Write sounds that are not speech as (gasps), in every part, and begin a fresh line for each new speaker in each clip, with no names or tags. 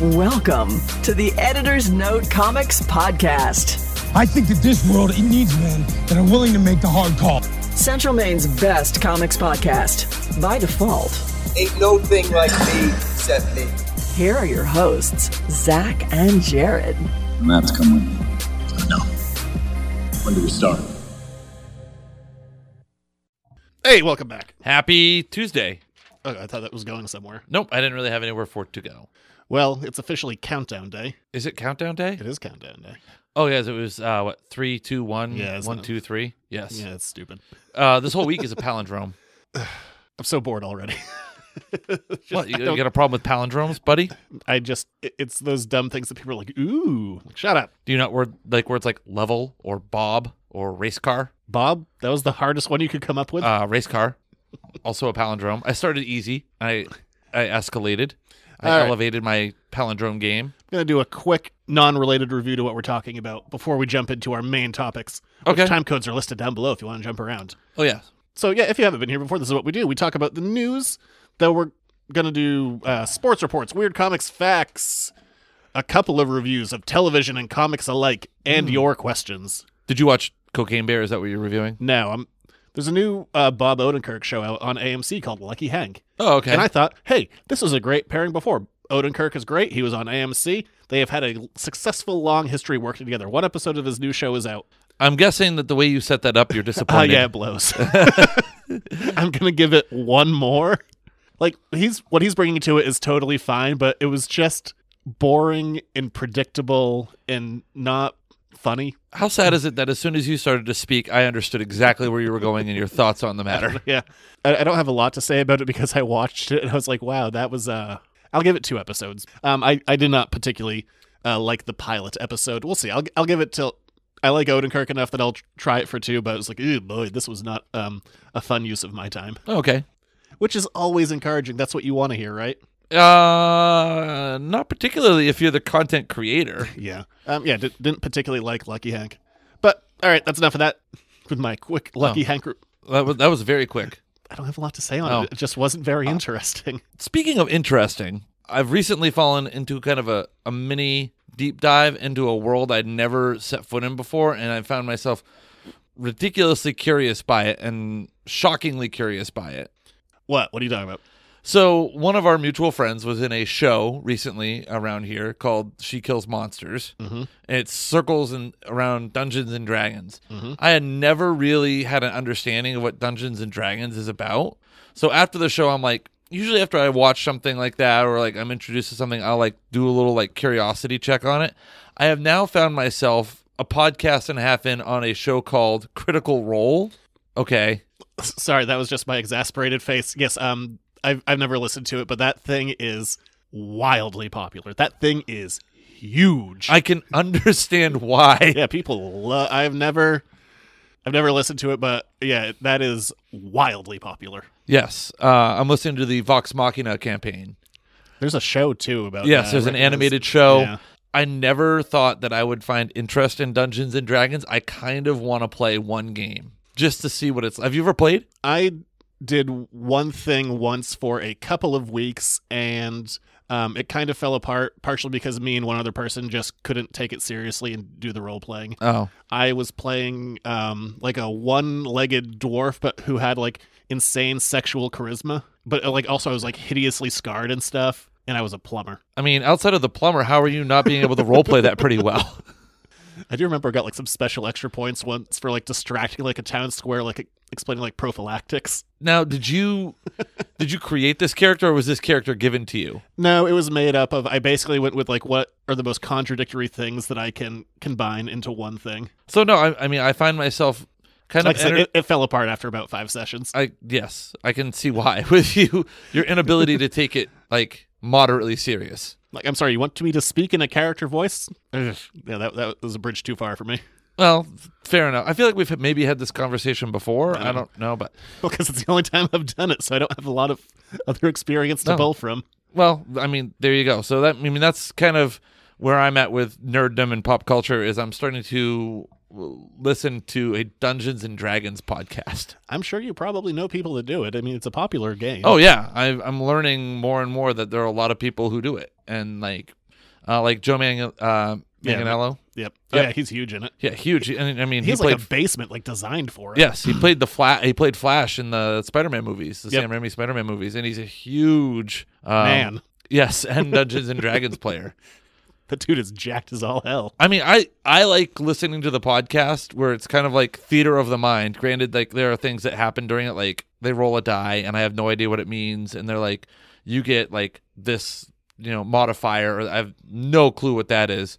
Welcome to the Editor's Note Comics Podcast,
I think that this world it needs men that are willing to make the hard call.
Central Maine's best comics podcast. By default,
Ain't no thing like me, except me.
here are your hosts, Zach and Jared.
Maps come with me. No. When do we start?
Hey, welcome back.
Happy Tuesday.
Oh, I thought that was going somewhere.
Nope, I didn't really have anywhere for it to go.
Well, it's officially countdown day.
Is it countdown day?
It is countdown day.
Oh yes, it was uh what three, two, one,
Yeah, it's
one,
not-
two, three. Yes.
Yeah, it's stupid.
Uh this whole week (laughs) is a palindrome.
I'm so bored already. (laughs) Just-
what, you,
I,
you
don't-
got a problem with palindromes, buddy?
I just, it- it's those dumb things that people are like, ooh, like, shut up.
Do you not word like words like level or bob or race car?
Bob, that was the hardest one you could come up with.
Uh race car. Also a palindrome. I started easy. I I escalated. I
All right.
elevated my palindrome game.
I'm going to do a quick non related review to what we're talking about before we jump into our main topics. which
Okay.
Time codes are listed down below if you want to jump around.
Oh yeah.
So yeah, if you haven't been here before, this is what we do. We talk about the news. Though we're gonna do uh, sports reports, weird comics facts, a couple of reviews of television and comics alike, and your questions.
Did you watch Cocaine Bear? Is that what you're reviewing?
Now, um, there's a new uh, Bob Odenkirk show out on AMC called Lucky Hank,
Oh, okay.
and I thought, hey, this was a great pairing before. Odenkirk is great. He was on AMC. They have had a successful long history working together. One episode of his new show is out.
I'm guessing that the way you set that up, (laughs) you're
Oh
disappointed.
yeah, it blows. (laughs) I'm gonna give it one more. Like he's what he's bringing to it is totally fine, but it was just boring and predictable and not funny.
How sad is it that as soon as you started to speak, I understood exactly where you were going and your thoughts on
(laughs)
the matter?
Yeah, I, I don't have a lot to say about it because I watched it and I was like, wow, that was. uh I'll give it two episodes. Um, I I did not particularly uh, like the pilot episode. We'll see. I'll I'll give it till. I like Odenkirk enough that I'll tr- try it for two, but I was like, "Ew, boy, this was not um, a fun use of my time."
Okay.
which is always encouraging. That's what you want to hear, right?
Uh, not particularly if you're the content creator.
Yeah. Um, yeah, d- didn't particularly like Lucky Hank. But all right, that's enough of that with my quick Lucky
Oh.
Hank. re-
That was, that was very quick.
I don't have a lot to say on
Oh.
it. It just wasn't very interesting. (laughs)
Speaking of interesting, I've recently fallen into kind of a, a mini deep dive into a world I'd never set foot in before, and I found myself ridiculously curious by it and shockingly curious by it.
What? What are you talking about?
So one of our mutual friends was in a show recently around here called "She Kills Monsters," and it circles and around Dungeons and Dragons. I had never really had an understanding of what Dungeons and Dragons is about. So after the show, I'm like, usually after I watch something like that or like I'm introduced to something, I'll like do a little like curiosity check on it. I have now found myself a podcast and a half in on a show called Critical Role. Okay.
Sorry, that was just my exasperated face. Yes, um, I've I've never listened to it, but that thing is wildly popular. That thing is huge.
I can (laughs) understand why.
yeah, people love. I've never, I've never listened to it, but yeah, that is wildly popular.
Yes, uh, I'm listening to the Vox Machina campaign.
There's a show too about.
Yes,
uh,
there's an
Rick and his-
animated show.
Yeah.
I never thought that I would find interest in Dungeons and Dragons. I kind of want to play one game just to see what it's. Have you ever played?
I did one thing once for a couple of weeks and um, it kind of fell apart, partially because me and one other person just couldn't take it seriously and do the role playing.
Oh,
I was playing um, like a one legged dwarf, but who had like insane sexual charisma. But uh, like also, I was like hideously scarred and stuff, and I was a plumber.
I mean, outside of the plumber, how are you not being able to role play that pretty well?
I do remember I got like some special extra points once for like distracting like a town square, like explaining like prophylactics.
Now, did you did you create this character, or was this character given to you?
No, it was made up of. I basically went with like what are the most contradictory things that I can combine into one thing.
So no, I, I mean, I find myself kind
Like I
of.
said,
enter-
it, it fell apart after about five sessions.
I yes, I can see why (laughs) with you your inability to take it like moderately serious.
Like, I'm sorry, you want me to speak in a character voice? Ugh. Yeah, that that was a bridge too far for me (laughs)
Well, fair enough. I feel like we've maybe had this conversation before. I don't know, but
because it's the only time I've done it, so I don't have a lot of other experience to
No.
pull from.
well, I mean, there you go. So that I mean, that's kind of where I'm at with nerddom and pop culture is I'm starting to listen to a Dungeons and Dragons podcast.
I'm sure you probably know people that do it. I mean, it's a popular game.
Oh yeah, I, I'm learning more and more that there are a lot of people who do it, and like uh, like Joe Mang- uh,
Yeah.
Manganello.
Yep. Oh,
Yep.
yeah, he's huge in it.
Yeah, huge. And I mean,
He has
he played.
like a basement like designed for it.
yes, he played the flat. He played Flash in the Spider-Man movies, the
Yep.
Sam Raimi Spider-Man movies, and he's a huge um,
Man.
Yes, (laughs) and Dungeons and Dragons player.
The dude is jacked as all hell.
I mean, I I like listening to the podcast where it's kind of like theater of the mind. Granted, like there are things that happen during it, like they roll a die and I have no idea what it means, and they're like, you get like this, you know, modifier. Or I have no clue what that is,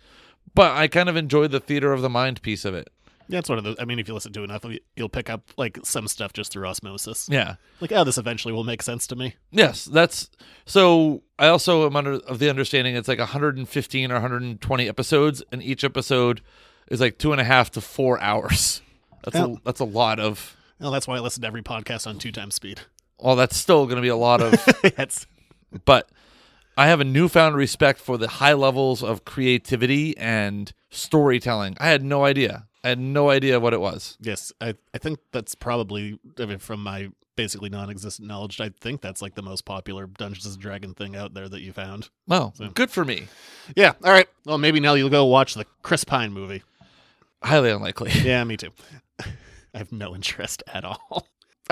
but I kind of enjoy the theater of the mind piece of it.
That's one of those. I mean, if you listen to enough, of it, you'll pick up like some stuff just through osmosis.
Yeah.
Like, oh, this eventually will make sense to me.
Yes, that's so. I also am under of the understanding it's like 115 or 120 episodes, and each episode is like two and a half to four hours. That's a,
Oh.
that's a lot of
Well, that's why I listen to every podcast on two times speed. (laughs)
Well, that's still going to be a lot of,
that's
but I have a newfound respect for the high levels of creativity and storytelling. I had no idea. I had no idea what it was.
yes. I I think that's probably I mean, from my basically non-existent knowledge. I think that's like the most popular Dungeons and Dragon thing out there that you found.
Well,
So-
good for me.
Yeah. All right. Well, maybe now you'll go watch the Chris Pine movie.
Highly unlikely.
Yeah, me too. (laughs) I have no interest at all. All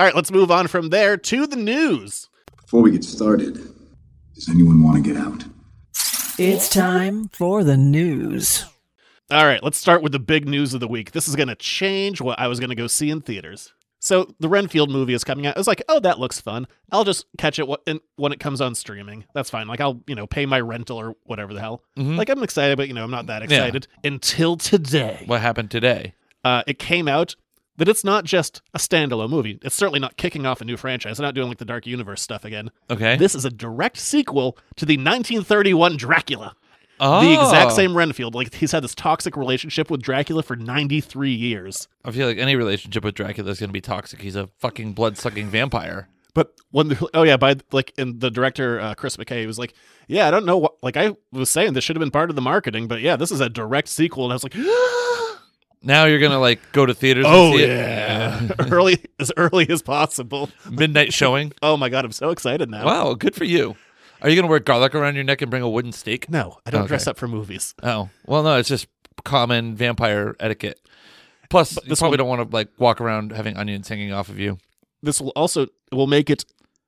right, let's move on from there to the news.
Before we get started, does anyone want to get out?
It's time for the news.
All right, let's start with the big news of the week. This is going to change what I was going to go see in theaters. So the Renfield movie is coming out. I was like, oh, that looks fun. I'll just catch it wh- in- when it comes on streaming. That's fine. Like I'll you know pay my rental or whatever the hell. Like I'm excited, but you know I'm not that excited until today.
What happened today?
uh, it came out that it's not just a standalone movie. It's certainly not kicking off a new franchise. They're not doing like the Dark Universe stuff again.
Okay.
This is a direct sequel to the 1931 Dracula. The
Oh.
exact same Renfield. Like he's had this toxic relationship with Dracula for 93 years.
I feel like any relationship with Dracula is going to be toxic. He's a fucking blood sucking vampire.
But when the, oh yeah, by like and the director uh, Chris McKay was like, yeah, I don't know what like I was saying this should have been part of the marketing, but yeah, this is a direct sequel, and I was
(gasps)
like,
Now you're going to like go to theaters.
oh
and see
yeah, (laughs) early as early as possible.
it. (laughs) midnight showing.
Oh my god, I'm so excited now.
Wow, good for you. Are you going to wear garlic around your neck and bring a wooden stake?
No, I don't
Okay.
dress up for movies.
Oh well, no, it's just common vampire etiquette. Plus, you
this
probably
one-
don't want to like walk around having onions hanging off of you.
This will also will make it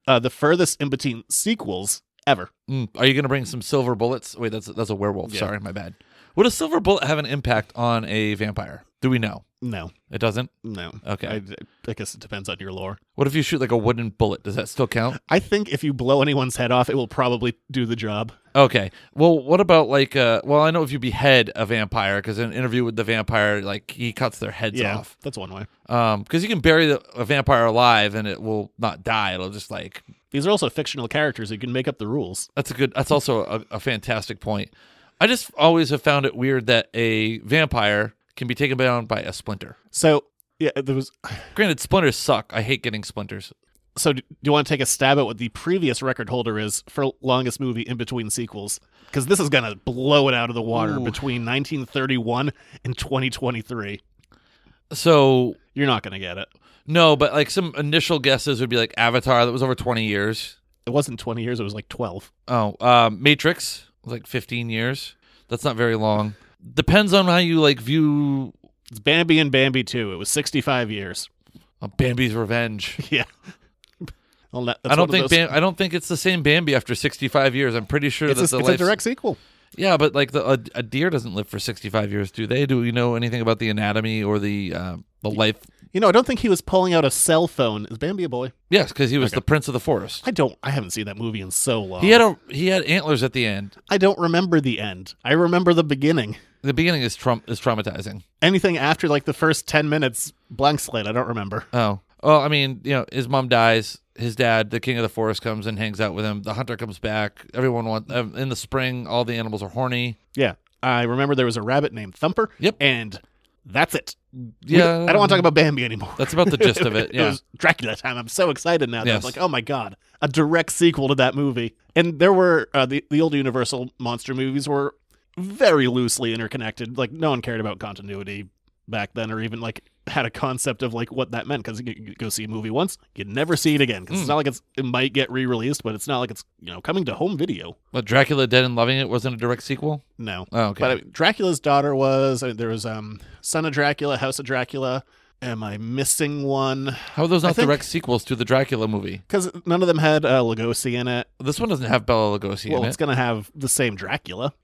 uh, the furthest in between sequels ever.
Mm, are you going to bring some silver bullets? Wait, that's that's a werewolf.
Yeah.
Sorry, my bad. Would a silver bullet have an impact on a vampire? Do we know?
No,
It doesn't.
no.
Okay.
I, I guess it depends on your lore.
What if you shoot like a wooden bullet? Does that still count?
I think if you blow anyone's head off, it will probably do the job.
Okay. Well, what about like uh? Well, I know if you behead a vampire, because in an interview with the vampire, like he cuts their heads
yeah,
off.
that's one way.
Um, because you can bury the, a vampire alive and it will not die. It'll just like
These are also fictional characters. You can make up the rules.
That's a good. That's also a, a fantastic point. I just always have found it weird that a vampire can be taken down by a splinter.
So yeah, there was.
Granted, splinters suck. I hate getting splinters.
So do do you want to take a stab at what the previous record holder is for longest movie in between sequels? Because this is gonna blow it out of the water
Ooh.
between 1931 and 2023.
So
You're not gonna get it.
no, but like some initial guesses would be like Avatar. That was over twenty years.
It wasn't 20 years. It was like 12.
Oh, um, Matrix was like fifteen years. That's not very long. Depends on how you like view
It's Bambi and Bambi 2. It was 65 years. (laughs)
uh, Bambi's Revenge.
Yeah. Well, that- (laughs) that's one
I don't
of
think
those-
Bam- I don't think it's the same Bambi after sixty five years. I'm pretty sure
it's,
that's
a,
the
it's a
life-
direct sequel.
Yeah, but like the, a, a deer doesn't live for 65 years, do they? Do we know anything about the anatomy or the uh, the life?
You know, I don't think he was pulling out a cell phone. Is Bambi a boy?
Yes, because he was the prince of the forest.
I don't. I haven't seen that movie in so long.
He had a he had antlers at the end.
I don't remember the end. I remember the beginning.
The beginning is trump is traumatizing.
Anything after like the first ten minutes, blank slate. I don't remember.
Oh, well, I mean, you know, his mom dies. His dad, the king of the forest, comes and hangs out with him. The hunter comes back. Everyone wants um, in the spring. All the animals are horny.
Yeah, I remember there was a rabbit named Thumper.
Yep.
and that's it. We-
Yeah,
I don't want to talk about Bambi anymore.
(laughs) That's about the gist
(laughs)
of it. Yeah,
was Dracula time. I'm so excited now. That I was
Yes.
like, oh my god, a direct sequel to that movie. And there were uh, the the old Universal monster movies were very loosely interconnected. Like no one cared about continuity back then, or even like had a concept of like what that meant because you could go see a movie once, you'd never see it again because
Hmm.
it's not like it's it might get re released, but it's not like it's you know coming to home video.
But Dracula Dead and Loving It wasn't a direct sequel?
No.
Oh, okay.
But I mean, Dracula's daughter was I mean, there was um Son of Dracula, House of Dracula. Am I missing one?
How are those
I
not
think-
direct sequels to the Dracula movie?
Because none of them had uh, Lugosi in it.
This one doesn't have Bella Lugosi
Well,
in
it's
it.
going to have the same Dracula,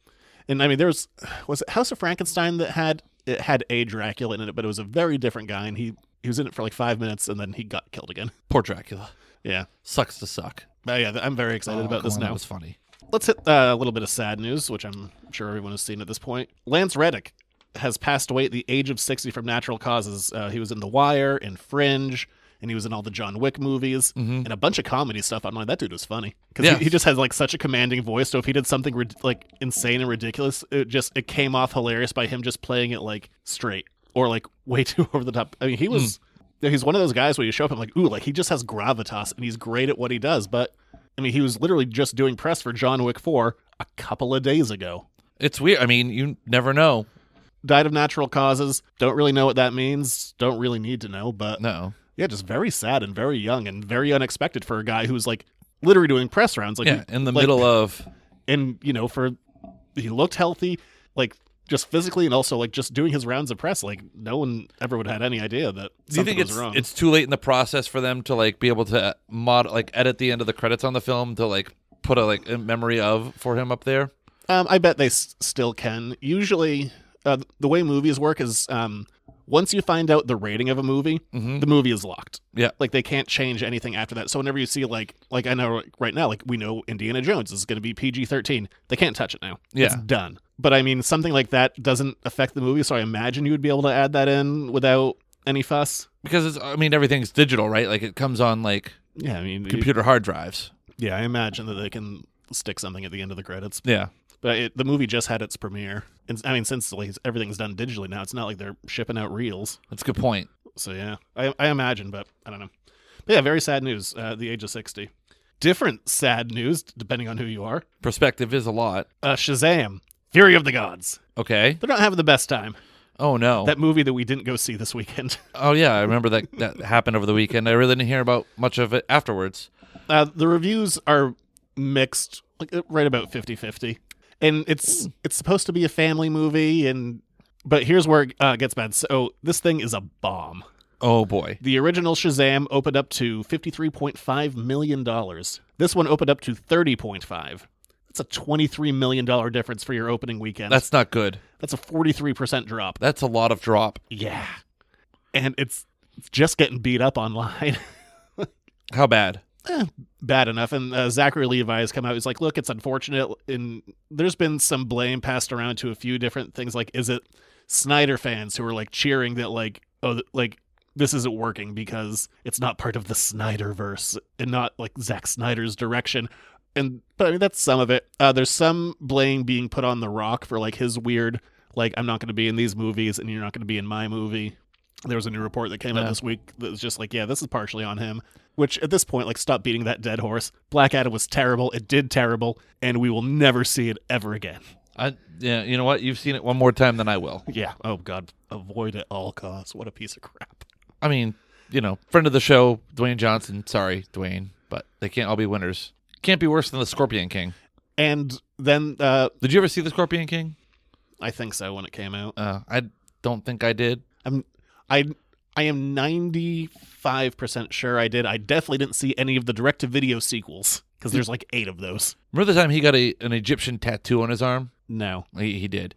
and I mean, there was was it House of Frankenstein that had it had a Dracula in it, but it was a very different guy, and he he was in it for like five minutes, and then he got killed again. (laughs)
Poor Dracula.
Yeah,
Sucks to suck.
but yeah, th- I'm very excited about this
Oh, That
now.
was funny.
Let's hit uh, a little bit of sad news, which I'm sure everyone has seen at this point. Lance Reddick has passed away at the age of 60 from natural causes. Uh, he was in The Wire, in Fringe. And he was in all the John Wick movies and a bunch of comedy stuff. I'm like, that dude was funny because
Yeah.
he, he just has like such a commanding voice. So if he did something rid- like insane and ridiculous, it just it came off hilarious by him just playing it like straight or like (laughs) way too over the top. I mean, he was he's one of those guys where you show up and like, ooh, like he just has gravitas and he's great at what he does. But I mean, he was literally just doing press for John Wick 4 a couple of days ago.
It's weird. I mean, you never know.
Died of natural causes. Don't really know what that means. Don't really need to know, but
No.
yeah, just very sad and very young and very unexpected for a guy who's like literally doing press rounds. Like,
Yeah, in the
like-
middle of
and you know, for he looked healthy, like just physically and also like just doing his rounds of press. Like no one ever would have had any idea that
Do you
something
think
was
it's
wrong.
it's too late in the process for them to like be able to uh, mod like edit the end of the credits on the film to like put a like a memory of for him up there?
Um, I bet they s- still can. Usually, uh, the way movies work is um, once you find out the rating of a
Mm-hmm.
movie, the movie is locked.
Yeah.
Like they can't change anything after that. So whenever you see like like I know like, right now like we know Indiana Jones is going to be PG thirteen. They can't touch it now.
Yeah.
It's done. But I mean something like that doesn't affect the movie. So I imagine you would be able to add that in without any fuss.
Because it's I mean everything's digital, right? Like it comes on like
Yeah, I mean, you-
computer hard drives.
yeah, I imagine that they can stick something at the end of the credits.
Yeah.
But it, the movie just had its premiere. And I mean, since like, everything's done digitally now, it's not like they're shipping out reels.
That's a good point.
So yeah, I, I imagine, but I don't know. But yeah, very sad news. Uh, the age of sixty. Different sad news, depending on who you are.
Perspective is a lot.
Uh, Shazam: Fury of the Gods.
Okay.
They're not having the best time.
Oh no.
That movie that we didn't go see this weekend. (laughs)
oh yeah, I remember that that happened over the weekend. I really didn't hear about much of it afterwards.
Uh, the reviews are mixed, like uh, right about 50-50. and it's it's supposed to be a family movie. And but here's where it uh, gets bad. So this thing is a bomb.
Oh boy.
The original Shazam opened up to $53.5 million. This one opened up to 30.5. That's a $23 million difference for your opening weekend.
That's not good.
That's a 43% drop.
That's a lot of drop.
Yeah. And it's it's just getting beat up online. (laughs)
How bad?
Bad enough. And uh, Zachary Levi has come out. He's like, look, it's unfortunate. And there's been some blame passed around to a few different things. Like, is it Snyder fans who are like cheering that, like, oh, th- like, this isn't working because it's not part of the Snyderverse and not like Zack Snyder's direction. And but I mean that's some of it. Uh, there's some blame being put on The Rock for like his weird like I'm not going to be in these movies and you're not going to be in my movie. There was a new report that came out
Yeah.
this week that was just like yeah this is partially on him. Which at this point like stop beating that dead horse. Black Adam was terrible. It did terrible, and we will never see it ever again.
I, yeah, you know what? You've seen it one more time than I will.
Yeah. Oh God. Avoid at all costs. What a piece of crap.
I mean, you know, friend of the show, Dwayne Johnson. Sorry, Dwayne, but they can't all be winners. Can't be worse than the Scorpion King.
And then uh,
Did you ever see the Scorpion King?
I think so when it came out.
Uh, I don't think I did.
I'm I I am 95% sure I did. I definitely didn't see any of the direct to video sequels cuz there's like 8 of those.
Remember the time he got a, an Egyptian tattoo on his arm?
No.
He, he did.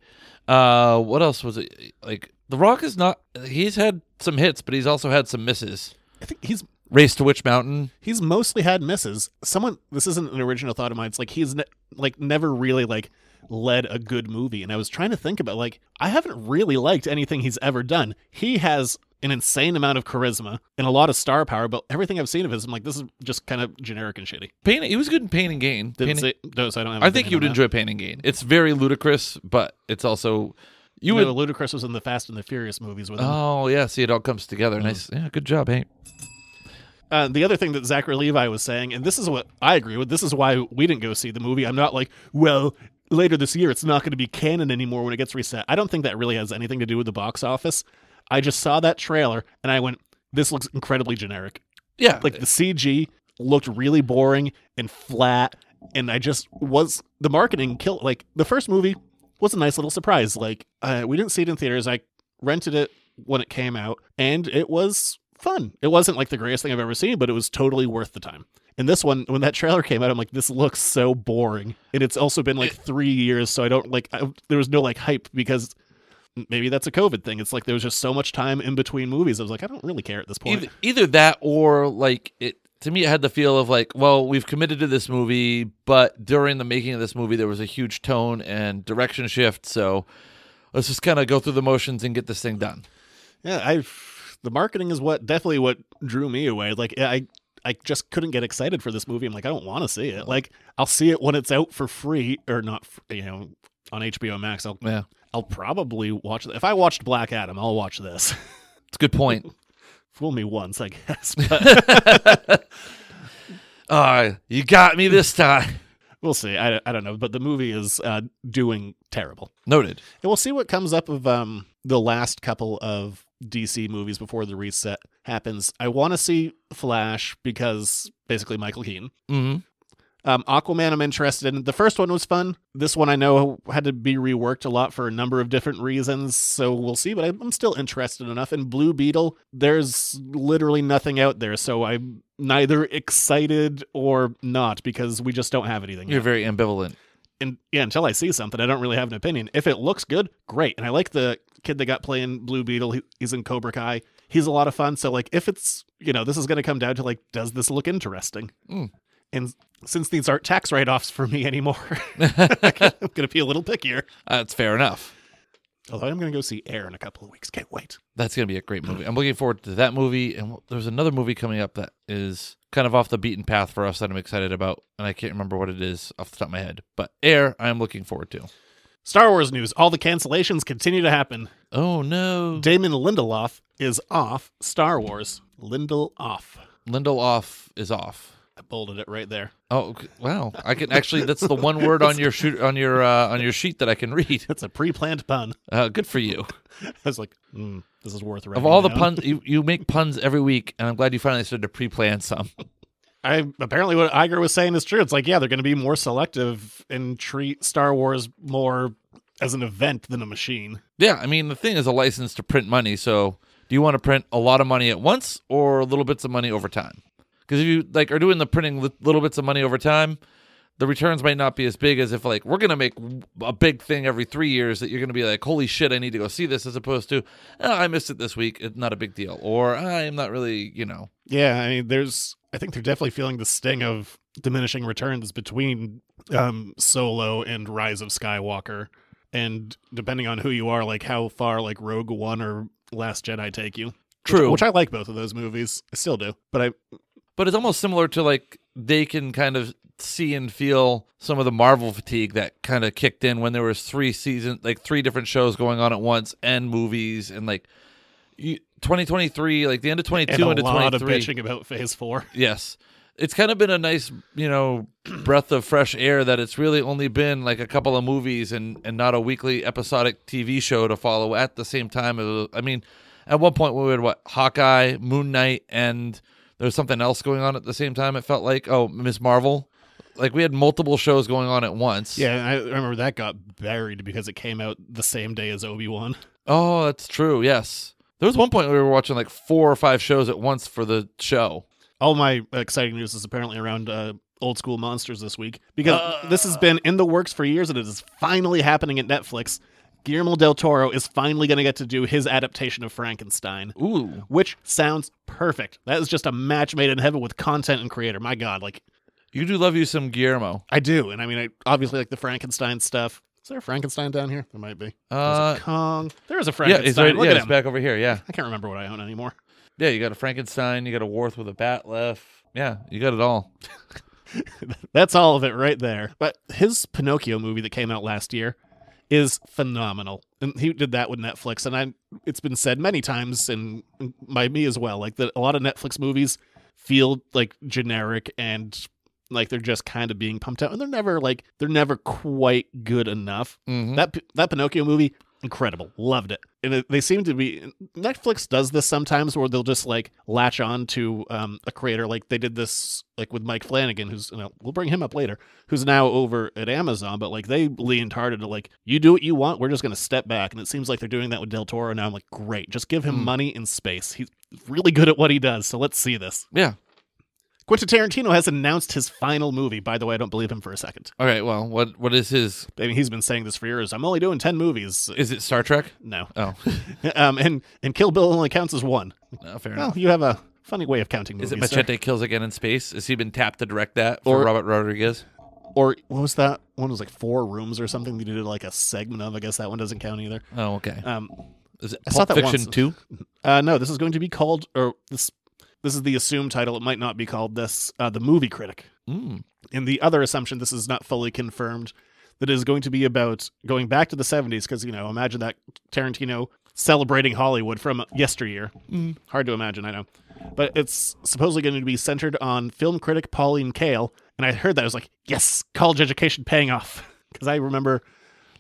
Uh, what else was it? Like The Rock is not. He's had some hits, but he's also had some misses.
I think he's
Race to Witch Mountain.
he's mostly had misses. Someone this isn't an original thought of mine. It's like he's ne- like never really like led a good movie and I was trying to think about like I haven't really liked anything he's ever done. He has an insane amount of charisma and a lot of star power, but everything I've seen of his I'm like this is just kind of generic and shitty.
Pain. He was good in Pain and Gain. Pain
Didn't
and-
say, no, so I don't have
I think
an
you would
opinion on that.
enjoy Pain and Gain. It's very ludicrous, but it's also you
You
would
know, Ludacris was in the Fast and the Furious movies with him.
Oh yeah, see it all comes together. Nice, yeah, good job, Hank.
Uh, the other thing that Zachary Levi was saying, and this is what I agree with, this is why we didn't go see the movie. I'm not like, well, later this year it's not going to be canon anymore when it gets reset. I don't think that really has anything to do with the box office. I just saw that trailer and I went, this looks incredibly generic.
Yeah,
Like the CG looked really boring and flat. And I just was the marketing kill. Like the first movie was a nice little surprise. Like uh, we didn't see it in theaters. I rented it when it came out and it was fun. It wasn't like the greatest thing I've ever seen, but it was totally worth the time. And this one, when that trailer came out, I'm like, this looks so boring. And it's also been like three years, so I don't like. I, there was no like hype because maybe that's a COVID thing. It's like there was just so much time in between movies. I was like, I don't really care at this point.
either, either that or like it to me it had the feel of like well we've committed to this movie but during the making of this movie there was a huge tone and direction shift so let's just kind of go through the motions and get this thing done
Yeah, I the marketing is what definitely what drew me away. Like I I just couldn't get excited for this movie. I'm like I don't want to see it. Like I'll see it when it's out for free or not, f- you know, on HBO Max. I'll
yeah
I'll probably watch it. If I watched Black Adam, I'll watch this. (laughs)
it's a good point
Fool me once, I guess. But
uh, you got me this time (laughs)
we'll see. I, I don't know, but the movie is uh, doing terrible.
noted
And we'll see what comes up of um the last couple of DC movies before the reset happens. I want to see Flash because basically Michael Keaton.
mm-hmm.
Um, Aquaman, I'm interested in. The first one was fun. This one I know had to be reworked a lot for a number of different reasons, so we'll see. But I'm still interested enough. In Blue Beetle, there's literally nothing out there, so I'm neither excited or not because we just don't have anything.
you're
yet.
very ambivalent
And yeah, until I see something, I don't really have an opinion. If it looks good, great. And I like the kid that got playing Blue Beetle. He, he's in Cobra Kai. He's a lot of fun. So like, if it's you know, this is going to come down to like, does this look interesting?
Mm.
And since these aren't tax write-offs for me anymore, (laughs) I'm going to be a little pickier.
that's fair enough
Although I'm going to go see Air in a couple of weeks. Can't wait.
that's gonna be a great movie i'm looking forward to that movie and there's another movie coming up that is kind of off the beaten path for us that i'm excited about and i can't remember what it is off the top of my head but air i am looking forward to
Star Wars news: All the cancellations continue to happen.
Oh no.
Damon Lindelof is off Star Wars. Lindelof.
Lindelof is off.
I bolded it right there.
Oh okay. wow. I can actually that's the one word on your shoot on your uh, on your sheet that I can read.
That's a pre-planned pun.
Uh, good for (laughs) you.
I was like, mm, this is worth.
Of all the
puns.
puns you, you make puns every week and I'm glad you finally started to pre-plan some.
I apparently what Iger was saying is true. It's like, yeah, they're going to be more selective and treat Star Wars more as an event than a machine.
Yeah, I mean the thing is a license to print money, so do you want to print a lot of money at once or little bits of money over time? Cuz if you like are doing the printing li- little bits of money over time, the returns might not be as big as if like we're going to make a big thing every 3 years that you're going to be like holy shit I need to go see this as opposed to "Ah, I missed it this week, it's not a big deal or I am not really, you know.
Yeah, I mean, there's. I think they're definitely feeling the sting of diminishing returns between um, Solo and Rise of Skywalker, and depending on who you are, like how far like Rogue One or Last Jedi take you.
True.
Which, which I like both of those movies. I still do, but I
But it's almost similar to like they can kind of see and feel some of the Marvel fatigue that kind of kicked in when there was three season, like three different shows going on at once and movies and like you, 2023, like the end of 22
and a
into
lot of
23.
bitching about Phase Four.
Yes. It's kind of been a nice, you know, (clears throat) breath of fresh air that it's really only been like a couple of movies and, and not a weekly episodic TV show to follow at the same time. It was- I mean, at one point we had what Hawkeye, Moon Knight, and there was something else going on at the same time. It felt like oh Miss Marvel, like we had multiple shows going on at once.
Yeah, I remember that got buried because it came out the same day as Obi Wan.
Oh, that's true. Yes. There was one point we were watching like four or five shows at once for the show.
all my exciting news is apparently around uh, old school monsters this week because
Uh.
this has been in the works for years and it is finally happening at Netflix. Guillermo del Toro is finally going to get to do his adaptation of Frankenstein,
Ooh.
which sounds perfect. That is just a match made in heaven with content and creator. My God, like
You do love you some Guillermo.
I do, and I mean, I obviously like the Frankenstein stuff. Is there a Frankenstein down here? There might be.
Uh,
There's a Kong. There is a
yeah,
Frankenstein.
he's right,
Look
yeah,
at
he's
him.
back over here. Yeah.
I can't remember what I own anymore.
Yeah, you got a Frankenstein, you got a Worth with a bat left. Yeah, you got it all.
(laughs) That's all of it right there. But his Pinocchio movie that came out last year is phenomenal. And he did that with Netflix and I it's been said many times and by me as well like that a lot of Netflix movies feel like generic and like they're just kind of being pumped out and they're never like they're never quite good enough.
Mhm.
That that Pinocchio movie Incredible. Loved it. And it- they seem to be Netflix does this sometimes where they'll just like latch on to um, a creator like they did this like with Mike Flanagan who's you know, we'll bring him up later who's now over at Amazon but like they leaned hard into like you do what you want we're just going to step back and it seems like they're doing that with Del Toro now I'm like great just give him money and space he's really good at what he does so let's see this.
Yeah.
Quentin Tarantino has announced his final movie by the way I don't believe him for a second.
All right. Well, what what is his?
I mean he's been saying this for years I'm only doing 10 movies.
Is it Star Trek?
No.
(laughs) Oh,
um, and and Kill Bill only counts as one.
no, fair
Well,
enough.
you have a funny way of counting movies.
Oh. Is it
sir.
Machete Kills Again in Space? Has he been tapped to direct that for
Or-
Robert Rodriguez?
Or what was that one? Was like four rooms or something. They did like a segment of. I guess that one doesn't count either.
Oh, okay.
Um,
Is it
I saw
Pulp
that
Fiction
once.
Two?
uh, no, this is going to be called, or this this is the assumed title. It might not be called this. Uh, the movie critic.
Mm.
In the other assumption, this is not fully confirmed. That it is going to be about going back to the '70s because you know, imagine that Tarantino celebrating Hollywood from yesteryear.
Hmm.
Hard to imagine, I know. But it's supposedly going to be centered on film critic Pauline Kael. And I heard that. I was like, yes, college education paying off. (laughs) Because I remember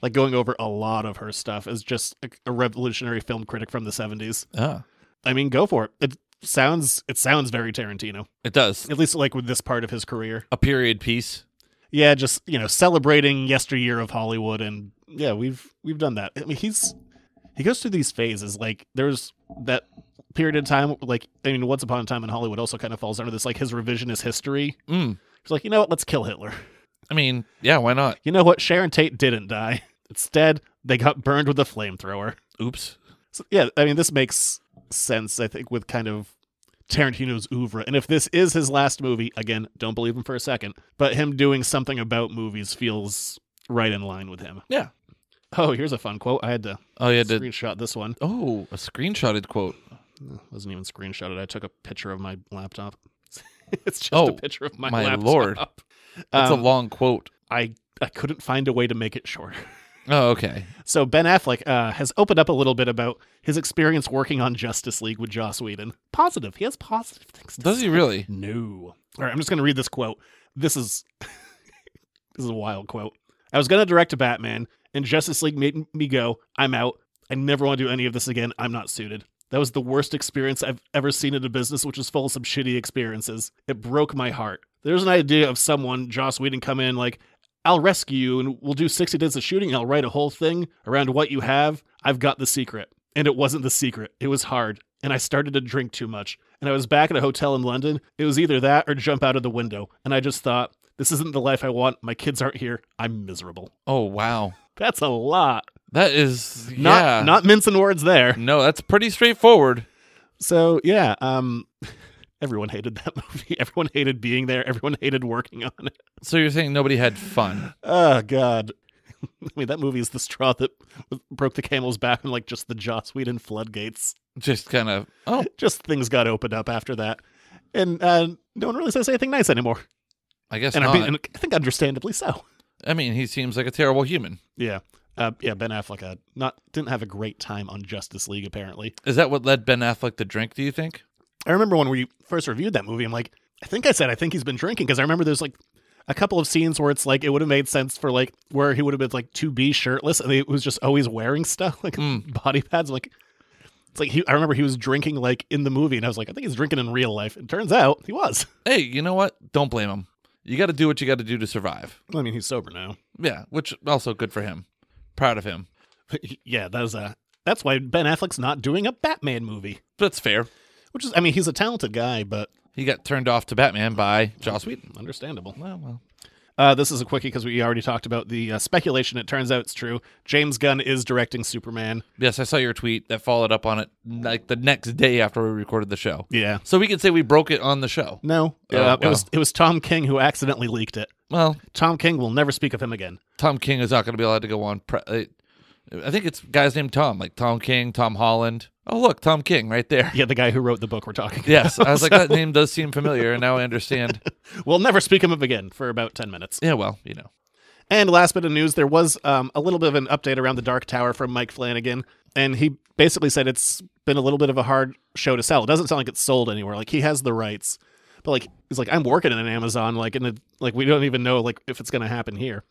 like going over a lot of her stuff as just a, a revolutionary film critic from the 70s.
Ah,
I mean, go for it. It sounds it sounds very Tarantino,
it does.
at least like with this part of his career.
A period piece.
Yeah, just you know, celebrating yesteryear of Hollywood, and yeah, we've we've done that. I mean, he's he goes through these phases. Like there's that period of time, like I mean, Once Upon a Time in Hollywood also kind of falls under this, like his revisionist history.
Mm.
He's like, you know what? Let's kill Hitler. (laughs)
I mean, yeah, why not?
You know what? Sharon Tate didn't die. Instead, they got burned with a flamethrower.
Oops.
So, yeah, I mean, this makes sense, I think, with kind of Tarantino's oeuvre. And if this is his last movie, again, don't believe him for a second, but him doing something about movies feels right in line with him.
Yeah.
Oh, here's a fun quote. I had to
Oh, yeah. Did,
screenshot this one.
oh, a screenshotted quote.
wasn't even screenshotted. I took a picture of my laptop. (laughs) it's just a
Oh,
picture of my,
my
laptop.
lord. That's
Um,
a long quote.
I, I couldn't find a way to make it shorter. (laughs)
Oh, okay.
So Ben Affleck uh, has opened up a little bit about his experience working on Justice League with Joss Whedon. Positive. He has positive things. To
Does he
say.
really?
No. All right, I'm just going to read this quote. This is (laughs) this is a wild quote. I was going to direct a Batman, and Justice League made me go, "I'm out. I never want to do any of this again. I'm not suited." That was the worst experience I've ever seen in a business, which is full of some shitty experiences. It broke my heart. There's an idea of someone, Joss Whedon, come in like, "I'll rescue you, and we'll do 60 days of shooting. and I'll write a whole thing around what you have. I've got the secret." and it wasn't the secret. It was hard, and I started to drink too much. And I was back at a hotel in London. It was either that or jump out of the window. And I just thought, this isn't the life I want. My kids aren't here. I'm miserable.
Oh, wow.
That's a lot.
That is
Not
yeah.
not mincing words there.
No, that's pretty straightforward.
So yeah, um, (laughs) everyone hated that (laughs) movie. Everyone hated being there. Everyone hated working on it.
So you're saying nobody had fun?
Oh god. (laughs) I mean, that movie is the straw that broke the camel's back and like just the Joss Whedon floodgates.
Just kind of oh
Just things got opened up after that. And uh, no one really says anything nice anymore.
I guess
and I,
not.
mean, and I think understandably so.
I mean, he seems like a terrible human.
Yeah, uh, yeah. Ben Affleck uh, not didn't have a great time on Justice League. Apparently,
Is that what led Ben Affleck to drink? Do you think?
I remember when we first reviewed that movie. I'm like, I think I said I think he's been drinking because I remember there's like a couple of scenes where it's like it would have made sense for like where he would have been like to be shirtless and he was just always wearing stuff (laughs) like body pads. I'm like it's like he, I remember he was drinking like in the movie and I was like, I think he's drinking in real life. And turns out he was.
Hey, you know what? Don't blame him. You got to do what you got to do to survive.
I mean, he's sober now.
Yeah, which also good for him. Proud of him.
yeah, that was uh, that's why Ben Affleck's not doing a Batman movie.
That's fair.
which is i mean he's a talented guy but
He got turned off to Batman by Joss Whedon.
understandable
Well, well.
uh, this is a quickie because we already talked about the uh, speculation it turns out it's true james gunn is directing superman
Yes, I saw your tweet that followed up on it like the next day after we recorded the show.
yeah
So we can say we broke it on the show.
no
Oh,
uh, it
wow.
was it was tom king who accidentally leaked it
Well,
tom king will never speak of him again
Tom King is not going to be allowed to go on. Pre- uh, I think it's guys named Tom, like Tom King, Tom Holland. Oh, look, Tom King right there.
(laughs) yeah the guy who wrote the book we're talking
Yes, I was like, that name does seem familiar, and now
(laughs)
I understand.
about. we'll never speak of him again for about 10 minutes
Yeah, well, you know,
And last bit of news, there was um, a little bit of an update around the Dark Tower from Mike Flanagan, and he basically said it's been a little bit of a hard show to sell. It doesn't sound like it's sold anywhere. Like he has the rights, but like he's like I'm working in Amazon, like and it, like we don't even know like if it's gonna happen here.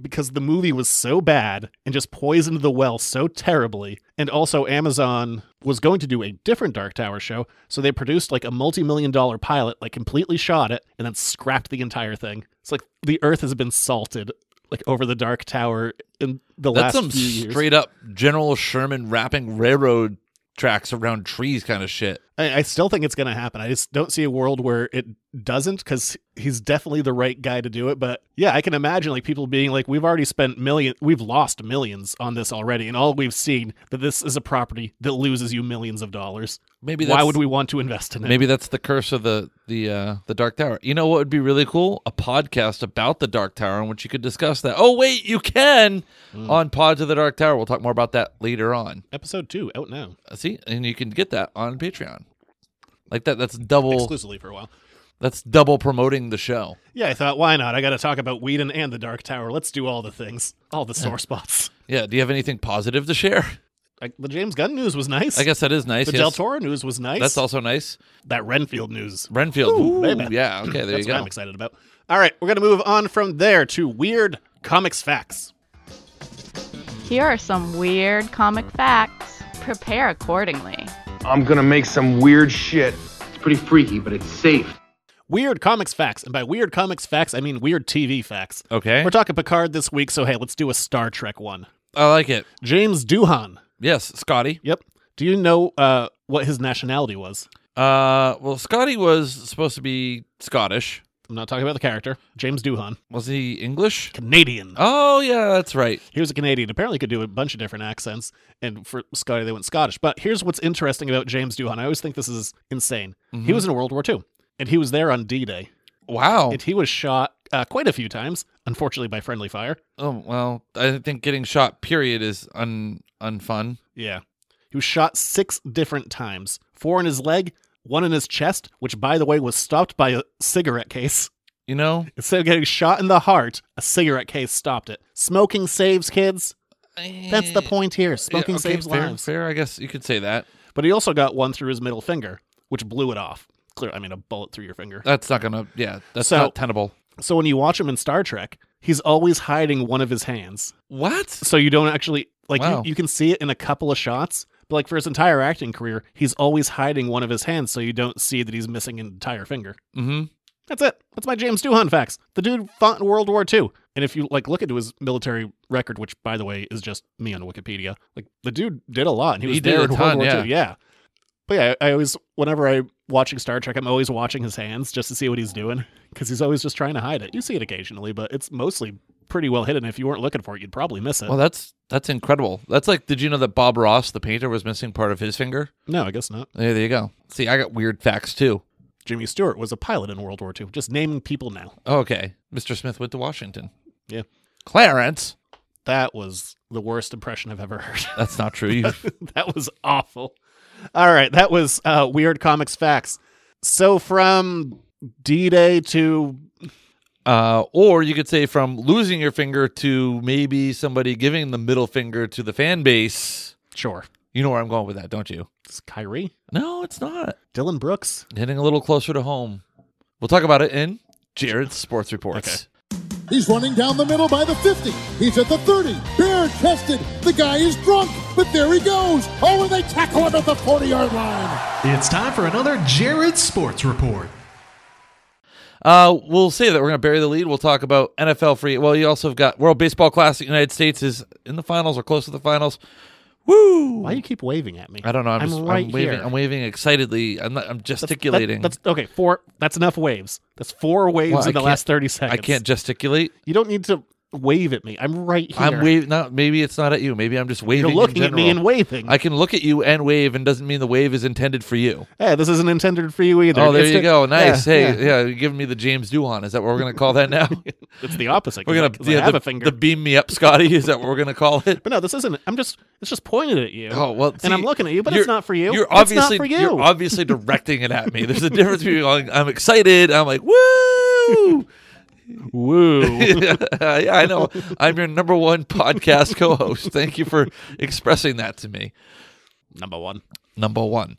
because the movie was so bad and just poisoned the well so terribly. And also, Amazon was going to do a different Dark Tower show, so they produced like a multi million dollar pilot, like completely shot it, and then scrapped the entire thing. It's like the earth has been salted. Like over the Dark Tower in the last
That's some
few years.
straight up General Sherman wrapping railroad tracks around trees kind of shit.
I, I still think it's going to happen. I just don't see a world where it doesn't because he's definitely the right guy to do it. But yeah, I can imagine like people being like, we've already spent million, we've lost millions on this already, and all we've seen that this is a property that loses you millions of dollars.
Maybe
Why
that's-
would we want to invest in it?
Maybe that's the curse of the the uh, the Dark Tower. You know what would be really cool? A podcast about the Dark Tower in which you could discuss that. Oh wait, you can
Mm.
on Pods of the Dark Tower. We'll talk more about that later on.
Episode two out now
Uh, See, and you can get that on Patreon. Like that. That's double.
exclusively for a while.
That's double promoting the show.
Yeah, I thought, why not? I got to talk about Whedon and the Dark Tower. Let's do all the things, all the sore spots.
Yeah. Do you have anything positive to share? (laughs)
Like, the James Gunn news was nice.
I guess that is nice.
the
yes.
Del Toro news was nice.
That's also nice.
That Renfield news
Renfield. Ooh,
baby.
yeah. Okay. There
That's
you
what
go.
I'm excited about. All right, we're gonna move on from there to weird comics facts.
Here are some weird comic facts. Prepare accordingly.
I'm gonna make some weird shit. It's pretty freaky, but it's safe.
Weird comics facts, and by weird comics facts, I mean weird TV facts.
Okay.
We're talking Picard this week, so hey, let's do a Star Trek one.
I like it.
James Doohan.
Yes, Scotty.
Yep. Do you know uh, what his nationality was?
Uh, well, Scotty was supposed to be Scottish.
I'm not talking about the character. James Doohan,
Was he English?
Canadian.
Oh yeah, that's right.
He was a Canadian. Apparently, could do a bunch of different accents. And for Scotty, they went Scottish. But here's what's interesting about James Doohan. I always think this is insane.
Mm-hmm.
He was in World War II, and he was there on D-Day.
Wow.
and he was shot uh, quite a few times, unfortunately by friendly fire.
oh well, I think getting shot period is un unfun.
Yeah, he was shot six different times: four in his leg, one in his chest, which, by the way, was stopped by a cigarette case.
You know,
Instead of getting shot in the heart, a cigarette case stopped it. Smoking saves kids. That's the point here.
Yeah,
Smoking
okay,
saves
fair,
lives.
Fair, I guess you could say that.
But he also got one through his middle finger, which blew it off. Clear, I mean, a bullet through your finger.
That's not gonna. Yeah, that's
So-
not tenable.
So when you watch him in Star Trek, he's always hiding one of his hands.
What?
so you don't actually like
Wow.
you, you can see it in a couple of shots but like for his entire acting career he's always hiding one of his hands so you don't see that he's missing an entire finger
Mm-hmm.
that's it that's my james doohan facts the dude fought in world war ii and if you like look into his military record which by the way is just me on wikipedia like the dude did a lot and he
He
was
did
there
a
in world
ton,
war
yeah.
ii yeah but yeah I, I always whenever i'm watching star trek i'm always watching his hands just to see what he's doing because he's always just trying to hide it you see it occasionally but it's mostly pretty well hidden if you weren't looking for it you'd probably miss it
Well, that's that's incredible. That's like, did you know that Bob Ross, the painter, was missing part of his finger?
no i guess not
Yeah, there you go. See, I got weird facts too.
Jimmy Stewart was a pilot in World War II. Just naming people now.
Okay, Mr. Smith went to Washington.
Yeah.
Clarence.
That was the worst impression I've ever (laughs) heard.
That's not true.
(laughs)
You
that was awful. All right, that was uh, weird comics facts. So from D Day to
Uh, or you could say from losing your finger to maybe somebody giving the middle finger to the fan base.
sure,
You know where I'm going with that, don't you?
it's Kyrie,
No, it's not.
Dylan Brooks.
Hitting a little closer to home. We'll talk about it in Jared's Sports Reports.
He's running down the middle by the 50. He's at the 30. Bare chested. The guy is drunk, but there he goes. Oh, and they tackle him at the 40 yard line.
It's time for another Jared Sports Report.
Uh, we'll say that we're going to bury the lead. We'll talk about NFL free. Well, you also have got World Baseball Classic. United States is in the finals or close to the finals. Woo!
Why do you keep waving at me?
I don't know. I'm, just,
right
I'm waving.
here.
I'm waving excitedly. I'm not, I'm gesticulating.
That- that's okay. Four. That's enough waves. That's four waves
Well, I
in the
can't-
last thirty seconds.
I can't gesticulate.
You don't need to wave at me. I'm right here.
I'm waving. Not maybe it's not at you. Maybe I'm just waving.
You're
in
looking at me
general.
and waving.
I can look at you and wave, and doesn't mean the wave is intended for you.
hey, this isn't intended for you either.
Oh, there
It's
you
di-
go. Nice.
Yeah,
hey,
yeah.
yeah. you're giving me the James Doohan. Is that what we're gonna call
(laughs)
that now?
It's the opposite.
uh, we're gonna
because I
yeah,
have
the,
a finger.
the beam me up, Scotty. Is that what we're gonna call it?
but no, this isn't. I'm just. It's just pointed at you.
Oh well, see,
and I'm looking at you, but
you're-
it's not for you.
You're
It's not
obviously
for you. (laughs)
are obviously directing it at me. There's a difference between going, I'm excited. I'm like woo. (laughs)
Woo.
yeah, I know. I'm your number one podcast co-host. Thank you for expressing that to me.
Number one.
number one.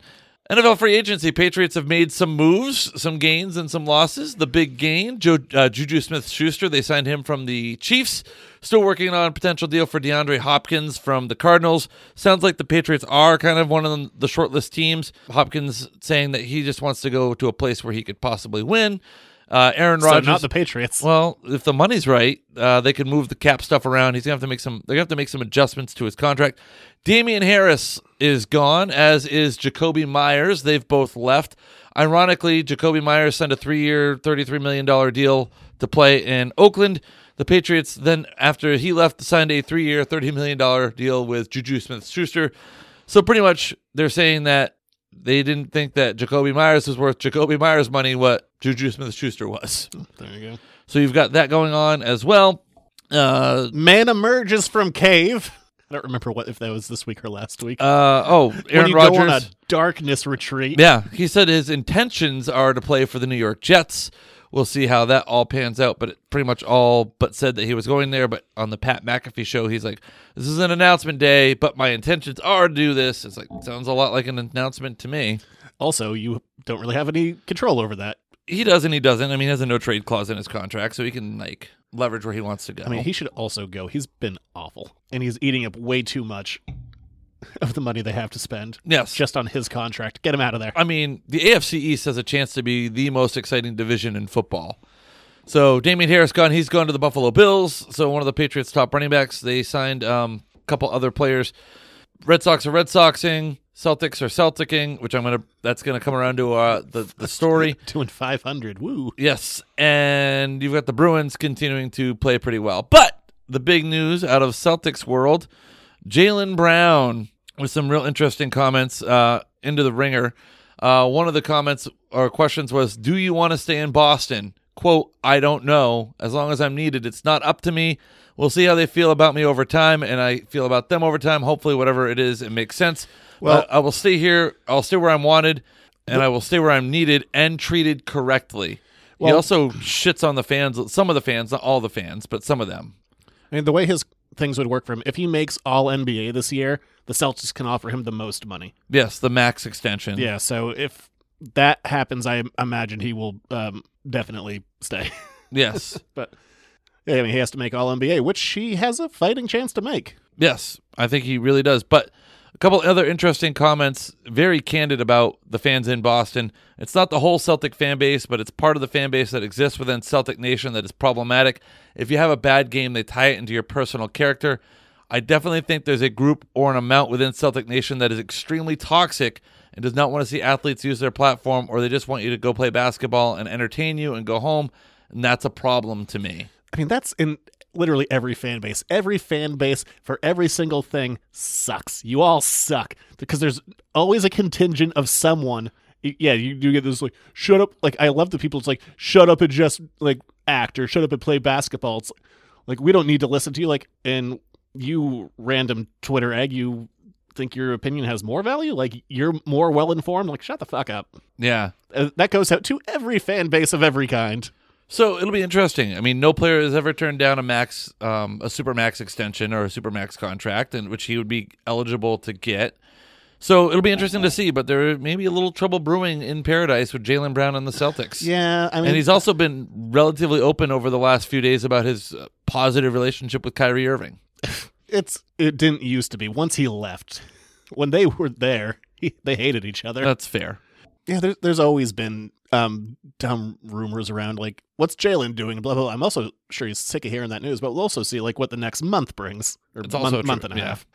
NFL free agency, Patriots have made some moves, some gains, and some losses. The big gain, jo- uh, Juju Smith Schuster, they signed him from the Chiefs. Still working on a potential deal for DeAndre Hopkins from the Cardinals. Sounds like the Patriots are kind of one of them- the shortlist teams. Hopkins saying that he just wants to go to a place where he could possibly win. Uh, Aaron
So
Rodgers.
not the Patriots.
Well, if the money's right, uh, they could move the cap stuff around. He's gonna have to make some. They're gonna have to make some adjustments to his contract. Damian Harris is gone, as is Jacoby Myers. They've both left. Ironically, Jacoby Myers signed a three-year, thirty-three million dollar deal to play in Oakland. The Patriots then, after he left, signed a three-year, thirty million dollar deal with Juju Smith-Schuster. So pretty much, they're saying that they didn't think that Jacoby Myers was worth Jacoby Myers' money what Juju Smith-Schuster was.
there you go.
So you've got that going on as well. Uh,
Man emerges from cave. I don't remember what if that was this week or last week.
uh, oh,
when
Aaron
you go on a
Rodgers.
darkness retreat.
Yeah, he said his intentions are to play for the New York Jets. We'll see how that all pans out, but it pretty much all but said that he was going there. But on the Pat McAfee show, he's like, "This is an announcement day, but my intentions are to do this." It's like sounds a lot like an announcement to me.
Also, you don't really have any control over that.
He does and he doesn't. I mean, he has a no trade clause in his contract, so he can like leverage where he wants to go.
I mean, he should also go. He's been awful, and he's eating up way too much of the money they have to spend
yes,
just on his contract. Get him out of there.
I mean, the AFC East has a chance to be the most exciting division in football. So Damian Harris gone. He's gone to the Buffalo Bills. So one of the Patriots' top running backs. They signed um, a couple other players. Red Sox are Red Soxing. Celtics are Celticing, which I'm gonna. That's gonna come around to uh, the
(laughs)
the story.
Two and five hundred. Woo.
Yes, and you've got the Bruins continuing to play pretty well. But the big news out of Celtics world, Jalen Brown with some real interesting comments uh, into the ringer. Uh, one of the comments or questions was, "Do you want to stay in Boston?" "Quote: I don't know. As long as I'm needed, it's not up to me. We'll see how they feel about me over time, and I feel about them over time. Hopefully, whatever it is, it makes sense.
Well-
Well, I will stay here. I'll stay where I'm wanted." And I will stay where I'm needed and treated correctly he
Well-
also shits on the fans, some of the fans, not all the fans, but some of them.
I mean, the way his things would work for him, if he makes All NBA this year, the Celtics can offer him the most money.
Yes, the max extension.
Yeah. So if that happens, I imagine he will um, definitely stay. (laughs)
Yes.
but yeah, I mean, he has to make All NBA, which he has a fighting chance to make.
yes. I think he really does. But a couple other interesting comments, very candid about the fans in Boston. It's not the whole Celtic fan base, but it's part of the fan base that exists within Celtic Nation that is problematic. If you have a bad game, they tie it into your personal character. I definitely think there's a group or an amount within Celtic Nation that is extremely toxic and does not want to see athletes use their platform, or they just want you to go play basketball and entertain you and go home. And that's a problem to me.
I mean, that's in literally every fan base. Every fan base for every single thing sucks. You all suck because there's always a contingent of someone. y- Yeah, you do get this like shut up. Like I love the people. It's like shut up and just like act or shut up and play basketball. It's like we don't need to listen to you. Like and you random Twitter egg, you think your opinion has more value? Like you're more well informed. Like shut the fuck up.
Yeah.
Uh, That goes out to every fan base of every kind.
So it'll be interesting. I mean, no player has ever turned down a max, um, a super max extension or a super max contract, and which he would be eligible to get. So it'll be interesting to see. But there may be a little trouble brewing in paradise with Jalen Brown and the Celtics.
Yeah, I mean,
and he's also been relatively open over the last few days about his uh, positive relationship with Kyrie Irving.
it's it didn't used to be once he left (laughs) when they were there he, they hated each other
That's fair.
yeah there, there's always been um dumb rumors around like what's jalen doing blah, blah blah i'm also sure he's sick of hearing that news but we'll also see like what the next month brings or
It's
month,
also
month
true,
and a
yeah.
half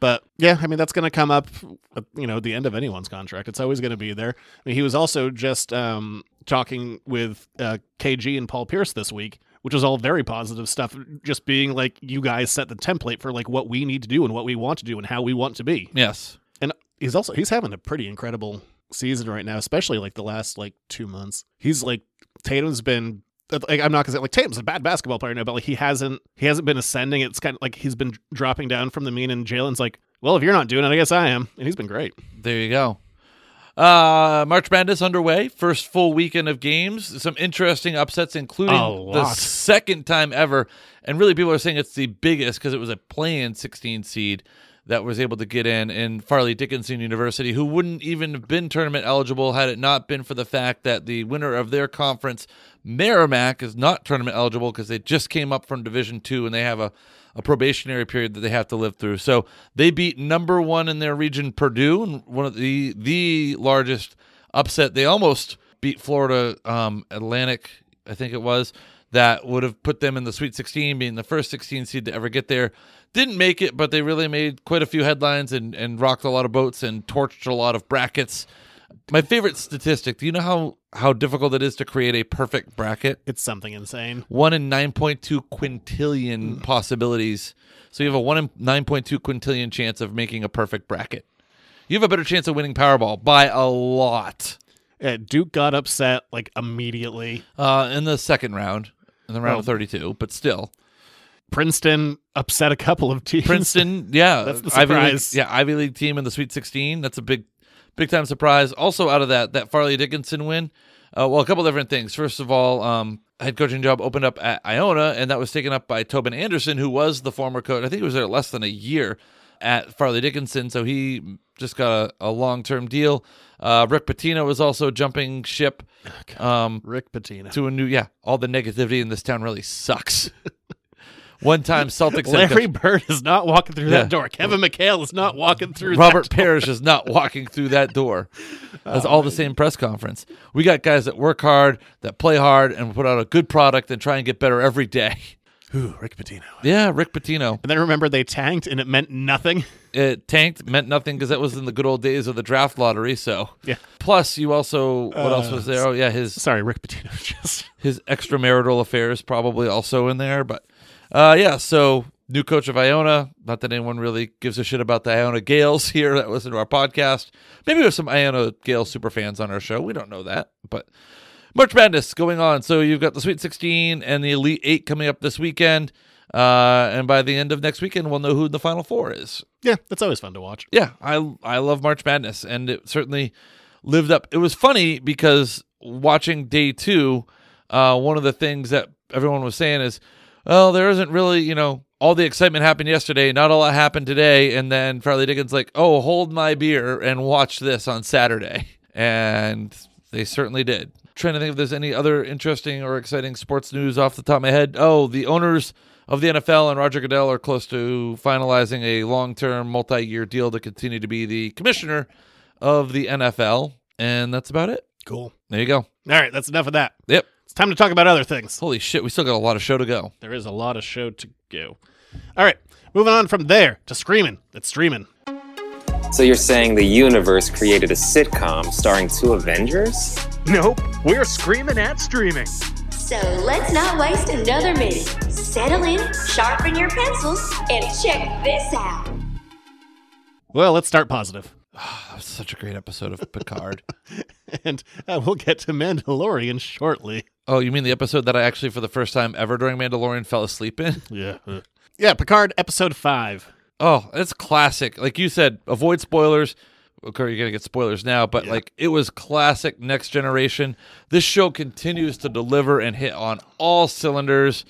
but yeah i mean that's going to come up at, you know the end of anyone's contract it's always going to be there i mean he was also just um talking with uh kg and paul pierce this week which was all very positive stuff just being like you guys set the template for like what we need to do and what we want to do and how we want to be
Yes.
and he's also he's having a pretty incredible season right now, especially like the last like two months. He's like Tatum's been like I'm not gonna say like Tatum's a bad basketball player now, but like he hasn't he hasn't been ascending. It's kind of like he's been dropping down from the mean, and Jalen's like, well, if you're not doing it, I guess I am, and he's been great.
There you go. Uh, March Madness underway. First full weekend of games. Some interesting upsets,
A
including
lot.
the second time ever. And really, people are saying it's the biggest because it was a play in 16 seed that was able to get in in Farley Dickinson University, who wouldn't even have been tournament eligible had it not been for the fact that the winner of their conference, Merrimack, is not tournament eligible because they just came up from Division Two and they have a, a probationary period that they have to live through. So they beat number one in their region, Purdue, and one of the the largest upset. They almost beat Florida um, Atlantic, I think it was that would have put them in the Sweet 16, being the first 16 seed to ever get there. Didn't make it, but they really made quite a few headlines and, and rocked a lot of boats and torched a lot of brackets. My favorite statistic do you know how, how difficult it is to create a perfect bracket?
It's something insane.
One in 9.2 quintillion possibilities. So you have a one in 9.2 quintillion chance of making a perfect bracket. You have a better chance of winning Powerball by a lot.
Yeah, Uh, Duke got upset like immediately.
Uh, in the second round, in the round of 32, but still.
Princeton upset a couple of teams.
Princeton, yeah,
That's the
Ivy League,
surprise.
yeah, Ivy League team in the Sweet 16. That's a big, big time surprise. Also, out of that, that Farley Dickinson win. Uh, well, a couple different things. First of all, um, head coaching job opened up at Iona, and that was taken up by Tobin Anderson, who was the former coach. I think he was there less than a year at Farley Dickinson, so he just got a, a long term deal. Uh, Rick Patino was also jumping ship. Um,
(laughs) Rick Patino.
to a new yeah. All the negativity in this town really sucks. (laughs) One time Celtics head
Larry
coach-
Bird is not walking through
Yeah.
that door. Kevin McHale is not walking through
Robert
that door.
Parrish is not walking through
(laughs)
that door. That's all the same press conference. We got guys that work hard, that play hard, and put out a good product and try and get better every day. (laughs)
Ooh, Rick Pitino.
Yeah, Rick Patino.
And then remember they tanked and it meant nothing.
It tanked, meant nothing because that was in the good old days of the draft lottery. So
Yeah.
Plus, you also what else
Uh,
was there? Oh yeah, his
(laughs) Sorry, Rick Pitino. (laughs) Just
his extramarital affairs probably also in there. But uh, yeah, so new coach of Iona. Not that anyone really gives a shit about the Iona Gales (laughs) here that listen to our podcast. Maybe we have some Iona Gales super fans on our show. We don't know that, but March Madness going on. So you've got the Sweet 16 and the Elite Eight coming up this weekend. Uh, and by the end of next weekend, we'll know who the Final Four is.
yeah, that's always fun to watch.
Yeah, I I love March Madness, and it certainly lived up. It was funny because watching day two, uh, one of the things that everyone was saying is, well, there isn't really, you know, all the excitement happened yesterday, not a lot happened today, and then Farley Dickens like, oh, hold my beer and watch this on Saturday, (laughs) and they certainly did. Trying to think if there's any other interesting or exciting sports news off the top of my head. Oh, the owners of the NFL and Roger Goodell are close to finalizing a long term, multi year deal to continue to be the commissioner of the NFL. And that's about it.
Cool.
There you go.
All right, that's enough of that.
Yep.
It's time to talk about other things.
Holy shit, we still got a lot of show to go.
There is a lot of show to go. All right, moving on from there to screaming. It's streaming.
So you're saying the universe created a sitcom starring two Avengers?
Nope, we're screaming at streaming.
So let's not waste another minute. Settle in, sharpen your pencils, and check this out.
Well, let's start positive, (laughs)
That was such a great episode of Picard.
and uh, we'll get to Mandalorian shortly.
oh, you mean the episode that I actually, for the first time ever during Mandalorian, fell asleep in?
Yeah. Yeah, Picard episode five.
Oh, that's classic. Like you said, avoid spoilers. Okay, you're gonna get spoilers now, but like it was classic Next Generation. This show continues to deliver and hit on all cylinders.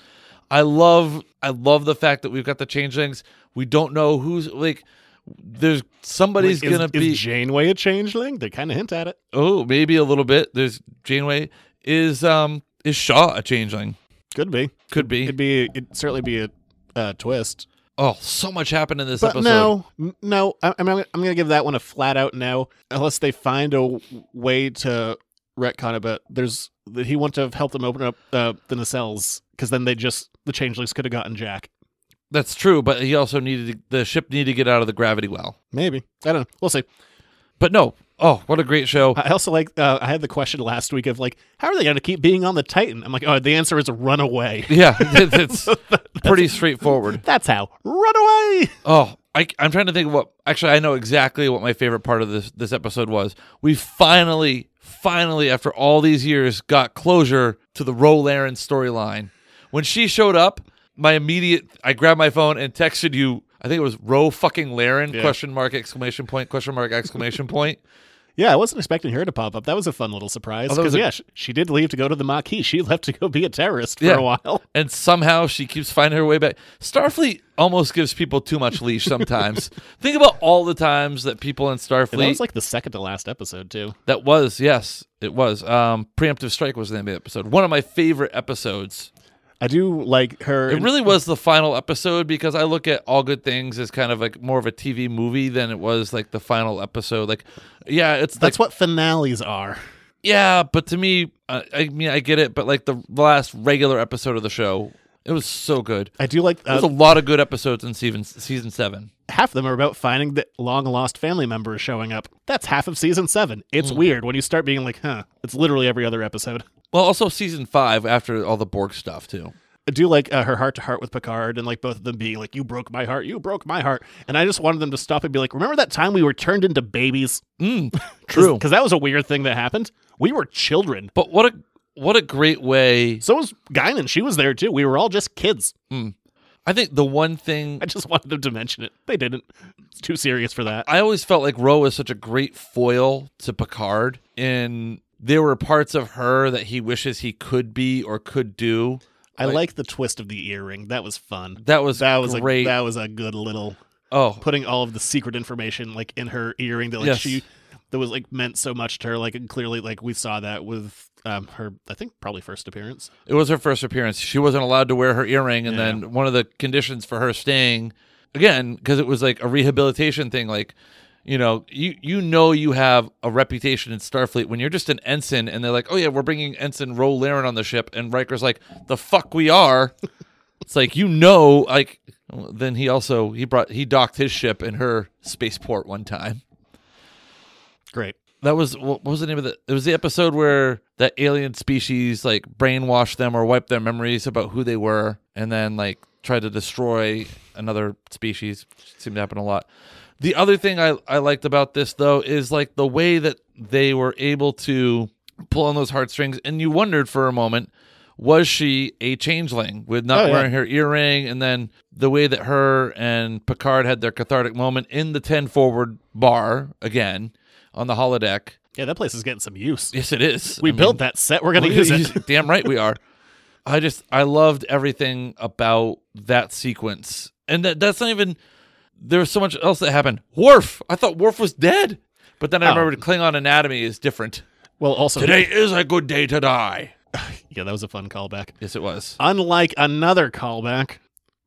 I love, I love the fact that we've got the changelings. We don't know who's like. There's somebody's
Like, is-
gonna
is
be
Janeway a changeling? They kind of hint at it.
oh maybe a little bit. There's Janeway is um is Shaw a changeling?
Could be.
Could be.
It'd be. It'd certainly be a uh, twist.
Oh, so much happened in this
But
episode.
no, n- no. I, I'm. I'm going to give that one a flat out no, unless they find a w- way to retcon it. But there's that he wouldn't have helped them open up uh, the nacelles because then they just the changelings could have gotten Jack.
that's true. But he also needed to, the ship needed to get out of the gravity well.
Maybe I don't know. We'll see.
But no. Oh, what a great show.
I also like. Uh, I had the question last week of like, how are they going to keep being on the Titan? I'm like, oh, the answer is run away. (laughs)
Yeah, (laughs) it- it's pretty straightforward.
That's how run away. (laughs)
Oh, I, I'm trying to think of what. Actually, I know exactly what my favorite part of this this episode was. We finally, finally, after all these years, got closure to the Rolarin storyline. When she showed up, my immediate, I grabbed my phone and texted you. I think it was Ro fucking Laren
Yeah.
question mark exclamation point question mark exclamation point.
Yeah, I wasn't expecting her to pop up. That was a fun little surprise.
Although it
Because
was a-
yeah, she, she did leave to go to the Maquis. She left to go be a terrorist for
Yeah.
a while.
And somehow she keeps finding her way back. Starfleet almost gives people too much
(laughs)
leash sometimes. Think about all the times that people in Starfleet
And that was like the second to last episode too.
That was, yes, it was. Um, Preemptive Strike was the name of the episode. One of my favorite episodes.
I do like her.
It really was the final episode because I look at All Good Things as kind of like more of a TV movie than it was like the final episode. Like, yeah, it's
That's
like,
what finales are.
yeah, but to me, uh, I mean, I get it, but like the last regular episode of the show, it was so good.
I do like.
There's a
Uh,
lot of good episodes in season season seven.
half of them are about finding that long lost family member is showing up. That's half of season seven. It's weird when you start being like, huh. It's literally every other episode.
Well, also season five after all the Borg stuff too.
I do like uh, her heart to heart with Picard and like both of them being like, you broke my heart, you broke my heart. And I just wanted them to stop and be like, remember that time we were turned into babies? (laughs)
Mm, true.
Because that was a weird thing that happened. We were children.
But what a what a great way.
So was Guinan. She was there too. We were all just kids.
I think the one thing
(laughs) I just wanted them to mention it. They didn't. It's too serious for that.
I always felt like Ro was such a great foil to Picard, and there were parts of her that he wishes he could be or could do.
I like, the twist of the earring. That was fun.
That was
that was
great.
A, that was a good little
Oh,
putting all of the secret information like in her earring that like
Yes.
she that was like meant so much to her. Like and clearly, like we saw that with um her. I think probably first appearance.
it was her first appearance. She wasn't allowed to wear her earring, and
Yeah.
then one of the conditions for her staying again because it was like a rehabilitation thing, like. You know, you you know you have a reputation in Starfleet when you're just an ensign, and they're like, "Oh yeah, we're bringing ensign Ro Laren on the ship," and Riker's like, "The fuck we are." It's like you know, like then he also he brought he docked his ship in her spaceport one time.
Great.
That was wha- what was the name of the? It was the episode where that alien species like brainwashed them or wiped their memories about who they were, and then like tried to destroy another species. Seemed to happen a lot. The other thing I I liked about this though is like the way that they were able to pull on those heartstrings, and you wondered for a moment. Was she a changeling with not
Oh, yeah.
wearing her earring? And then the way that her and Picard had their cathartic moment in the 10 forward bar again on the holodeck.
Yeah, that place is getting some use.
Yes, it is.
We
I
built
mean,
that set.
(laughs)
We're gonna
we-
use it.
Damn right we are. I just I loved everything about that sequence, and that that's not even. There was so much else that happened. Worf, I thought Worf was dead, but then I
Oh.
remembered Klingon anatomy is different.
Well, also
Today is a good day to die.
Yeah, that was a fun callback.
Yes, it was.
Unlike another callback,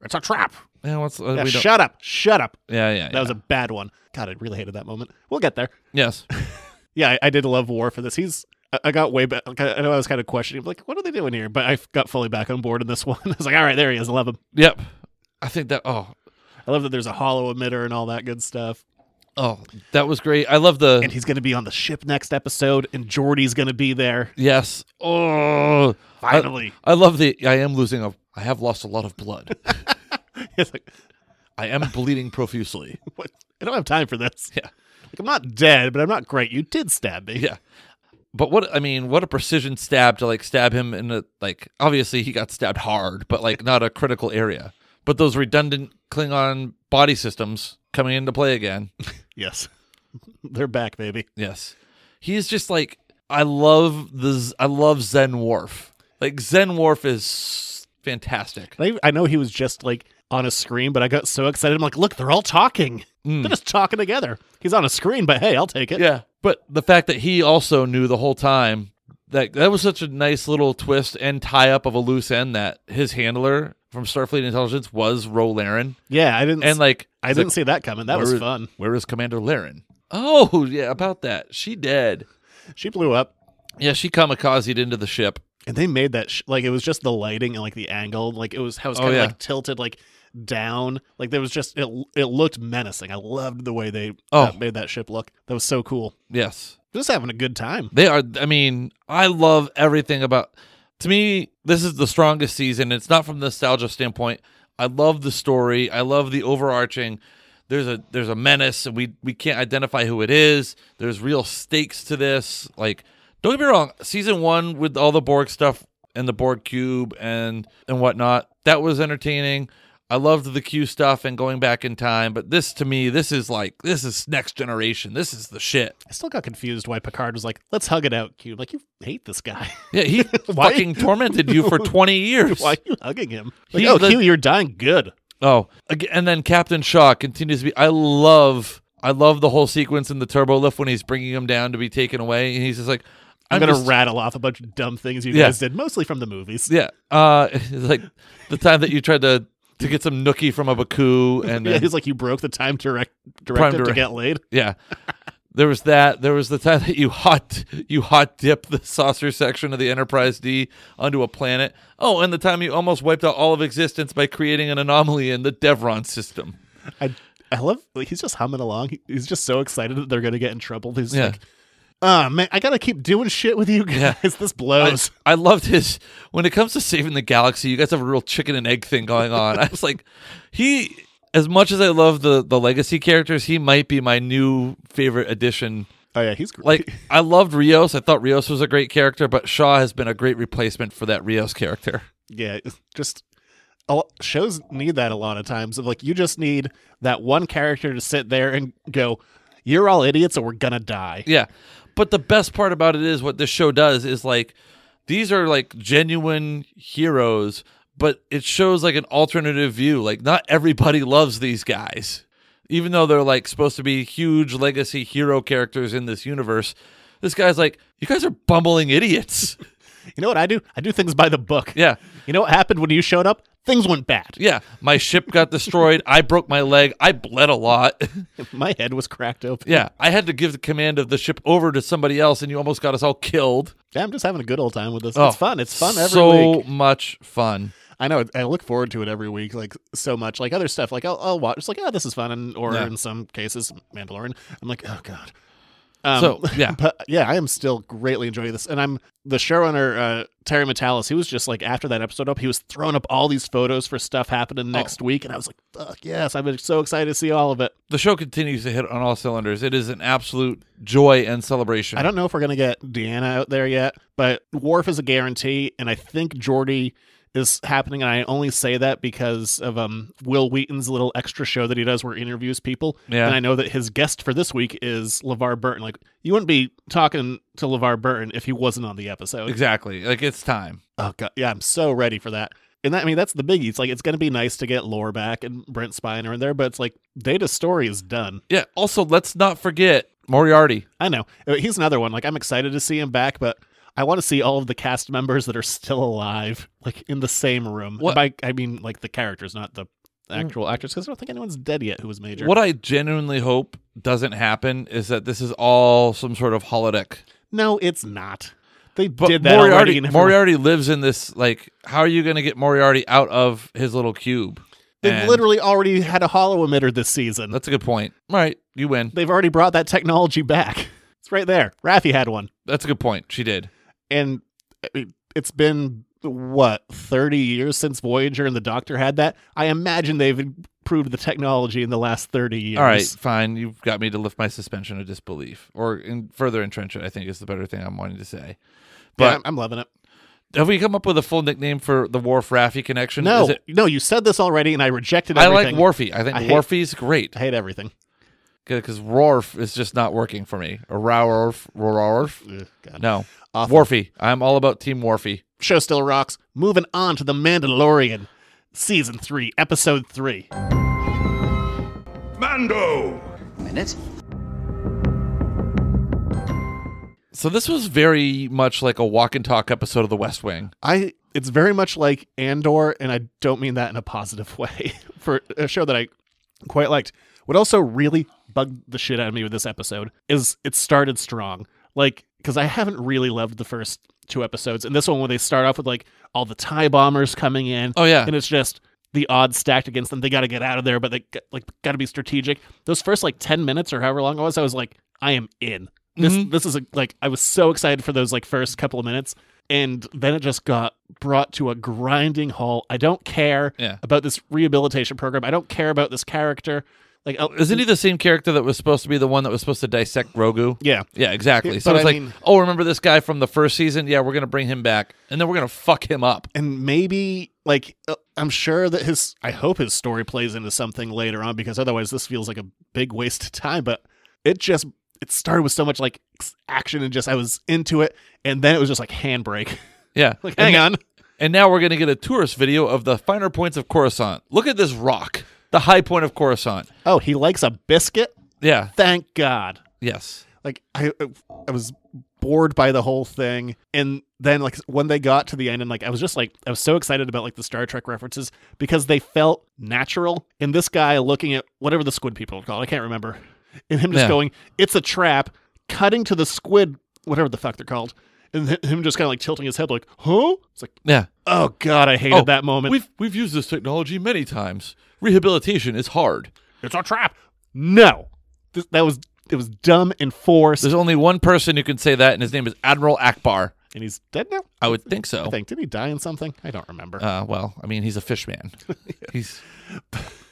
it's a trap.
Yeah, what's, uh,
Yeah,
we don't-
shut up. Shut up.
yeah, yeah.
That was a bad one. God, I really hated that moment. We'll get there.
yes.
Yeah, I, I did love War for this. He's. I- I got way back. Like, I I know I was kind of questioning, like, what are they doing here? But I got fully back on board in this (laughs) one. I was like, all right, there he is. I love him.
Yep. I think that. Oh,
I love that there's a hollow emitter and all that good stuff.
oh, that was great. I love the.
And he's going to be on the ship next episode, and Jordy's going to be there.
Yes. (laughs) Oh,
(laughs)
I-
Finally.
I, love the. I am losing a. I have lost a lot of blood. (laughs)
It's like,
I am bleeding profusely. (laughs)
what? I don't have time for this.
Yeah.
Like, I'm not dead, but I'm not great. You did stab me.
Yeah. But what I mean, what a precision stab to like stab him in a like. Obviously, he got stabbed hard, but like not a critical area. But those redundant Klingon body systems coming into play again. (laughs)
Yes. (laughs) They're back, baby.
Yes, he is just like I love the. Z- I love Zen Wharf. Like Zen Wharf is fantastic.
And I, I know he was just like on a screen, but I got so excited. I'm like, look, they're all talking. They're just talking together. He's on a screen, but hey, I'll take it.
Hmm. Yeah. But the fact that he also knew the whole time that that was such a nice little twist and tie up of a loose end that his handler from Starfleet Intelligence was Ro Laren.
Yeah, I didn't.
And like
I
he's
didn't
like,
see that coming. That was
"Where is-
fun.
Where is Commander Laren? Oh yeah, about that. She dead.
She blew up,
Yeah, she kamikazed into the ship.
and they made that sh- like it was just the lighting and like the angle, like it was how it was
Oh,
kind of
yeah.
like tilted like down. Like there was just it. It looked menacing. I loved the way they uh,
Oh.
made that ship look. That was so cool.
Yes.
Just having a good time.
They are I mean, I love everything about to me, this is the strongest season. It's not from the nostalgia standpoint. I love the story. I love the overarching there's a there's a menace and we we can't identify who it is. There's real stakes to this. Like don't get me wrong, season one with all the Borg stuff and the Borg cube and and whatnot, that was entertaining. I loved the Q stuff and going back in time, but this to me, this is like this is next generation. This is the shit.
I still got confused why Picard was like, "Let's hug it out, Q." I'm like you hate this guy. (laughs)
Yeah, he
Why-
fucking tormented
(laughs)
you for twenty years.
why are you hugging him? Like,
He's
oh,
the-
Q, you're dying good.
Oh, ag- and then Captain Shaw continues to be. I love, I love the whole sequence in the turbo lift when he's bringing him down to be taken away, and he's just like,
I'm, gonna
just-
rattle off a bunch of dumb things you
Yeah.
guys did, mostly from the movies.
Yeah, uh, (laughs) it's like the time that you tried to to get some nookie from a Baku,
(laughs)
and
yeah,
then
he's like you broke the time direct
Prime
directive to
direct-
get laid.
Yeah. There was that. There was the time that you hot you hot dip the saucer section of the Enterprise D onto a planet. Oh, and the time you almost wiped out all of existence by creating an anomaly in the Devron system.
I I love like, he's just humming along. He- He's just so excited that they're gonna get in trouble. He's
Yeah.
like, oh man, I gotta keep doing shit with you guys. This
I,
blows.
I loved his when it comes to saving the galaxy, you guys have a real chicken and egg thing going on. I was like, he as much as I love the the legacy characters, he might be my new favorite addition.
oh yeah, he's great.
Like I loved Rios. I thought Rios was a great character, but Shaw has been a great replacement for that Rios character.
(laughs) yeah, it's just a lo- shows need that a lot of times. Of like you just need that one character to sit there and go, "You're all idiots, or we're gonna die."
Yeah. But the best part about it is what this show does is like these are like genuine heroes, but it shows like an alternative view. Like not everybody loves these guys. Even though they're like supposed to be huge legacy hero characters in this universe, this guy's like, you guys are bumbling idiots. (laughs)
You know what I do? I do things by the book.
Yeah.
You know what happened when you showed up? Things went bad.
Yeah. My ship got destroyed. I broke my leg. I bled a lot. (laughs)
My head was cracked open.
yeah. I had to give the command of the ship over to somebody else, and you almost got us all killed.
Yeah, I'm just having a good old time with this.
Oh,
it's fun. It's fun every
so
week.
much fun.
I know. I look forward to it every week, like so much. Like other stuff, like I'll, I'll watch. It's like, oh, this is fun, and or
Yeah.
in some cases, Mandalorian. I'm like, oh god. Um, (laughs)
So, yeah.
but yeah, I am still greatly enjoying this, and I'm the showrunner uh, Terry Metalis. He was just like after that episode up, he was throwing up all these photos for stuff
Oh.
happening next week, and I was like, fuck yes, I'm so excited to see all of it.
the show continues to hit on all cylinders. It is an absolute joy and celebration.
I don't know if we're gonna get Deanna out there yet, but Worf is a guarantee, and I think Jordy is happening. And I only say that because of um Will Wheaton's little extra show that he does where he interviews people.
Yeah.
And I know that his guest for this week is LeVar Burton. Like you wouldn't be talking to LeVar Burton if he wasn't on the episode.
exactly. Like it's time.
Oh god, yeah, I'm so ready for that. And that, I mean, that's the biggie. It's like it's gonna be nice to get Lore back and Brent Spiner in there, but it's like Data's story is done.
Yeah. Also, let's not forget Moriarty.
I know. Uh, He's another one. Like I'm excited to see him back, but I want to see all of the cast members that are still alive, like in the same room.
What- Mm.
By I mean like the characters, not the actual actors, because I don't think anyone's dead yet who was major.
What I genuinely hope doesn't happen is that this is all some sort of holodeck.
no, it's not. They
But
did that
Moriarty,
already. and everyone-
Moriarty lives in this. Like, how are you going to get Moriarty out of his little cube?
They've
And-
literally already had a hollow emitter this season.
That's a good point. All right, you win.
They've already brought that technology back. It's right there. Raffi had one,
That's a good point. She did.
and I mean, it's been what 30 years since voyager and the doctor had that i imagine they've improved the technology in the last 30 years
All right, fine. You've got me to lift my suspension of disbelief, or in further entrench it. I think is the better thing I'm wanting to say.
But
But
I'm, I'm loving it.
Have we come up with a full nickname for the Worf Raffy connection?
No,
Is it-
no, you said this already, and I rejected.
I like
Everything.
Worfy. I think
I hate-
Worfy's great
I hate everything.
because Rorf is just not working for me. Or Rorf, Rorf.
Ugh, God.
No,
Awful.
Worfy. I'm all about Team Worfy.
Show still rocks. Moving on to the Mandalorian, season three, episode three.
Minutes?
So this was very much like a walk and talk episode of The West Wing.
I it's very much like Andor, and I don't mean that in a positive (laughs) way for a show that I quite liked. What also really bugged the shit out of me with this episode is it started strong, like because I haven't really loved the first two episodes, and this one when they start off with like all the tie bombers coming in.
Oh, yeah.
(laughs) and it's just the odds stacked against them. They got to get out of there, but they got- like got to be strategic. Those first like ten minutes or however long it was, I was like, I am in. This
Mhm.
this is a, like I was so excited for those like first couple of minutes, and then it just got brought to a grinding halt. I don't care
Yeah.
about this rehabilitation program. I don't care about this character. Like, oh,
isn't he the same character that was supposed to be the one that was supposed to dissect Grogu?
Yeah,
yeah, exactly. So
But
it's
I
like,
mean-
oh, remember this guy from the first season? Yeah, we're gonna bring him back, and then we're gonna fuck him up.
and maybe like uh, I'm sure that his I hope his story plays into something later on because otherwise this feels like a big waste of time. But it just it started with so much like ex- action and just I was into it, and then it was just like handbrake. (laughs)
Yeah,
Like, hang
And- And now we're gonna get a tourist video of the finer points of Coruscant. Look at this rock, the high point of Coruscant.
Oh, he likes a biscuit.
Yeah.
Thank God.
Yes.
Like I I was bored by the whole thing, and then like when they got to the end, and like I was just like I was so excited about like the Star Trek references because they felt natural. And this guy looking at whatever the squid people are called, I can't remember, and him just
Yeah.
going, "It's a trap," cutting to the squid, whatever the fuck they're called. And hi- him just kind of like tilting his head, like, huh? It's like,
Yeah.
Oh God, I hated
Oh,
that moment.
We've we've used this technology many times. Rehabilitation is hard.
It's a trap. No, Th- that was it was dumb and forced.
There's only one person who can say that, and his name is Admiral Akbar.
And he's dead now.
I would think so.
I think did he die in something? I don't remember.
Uh, well, I mean, he's a
(laughs)
fish man. He's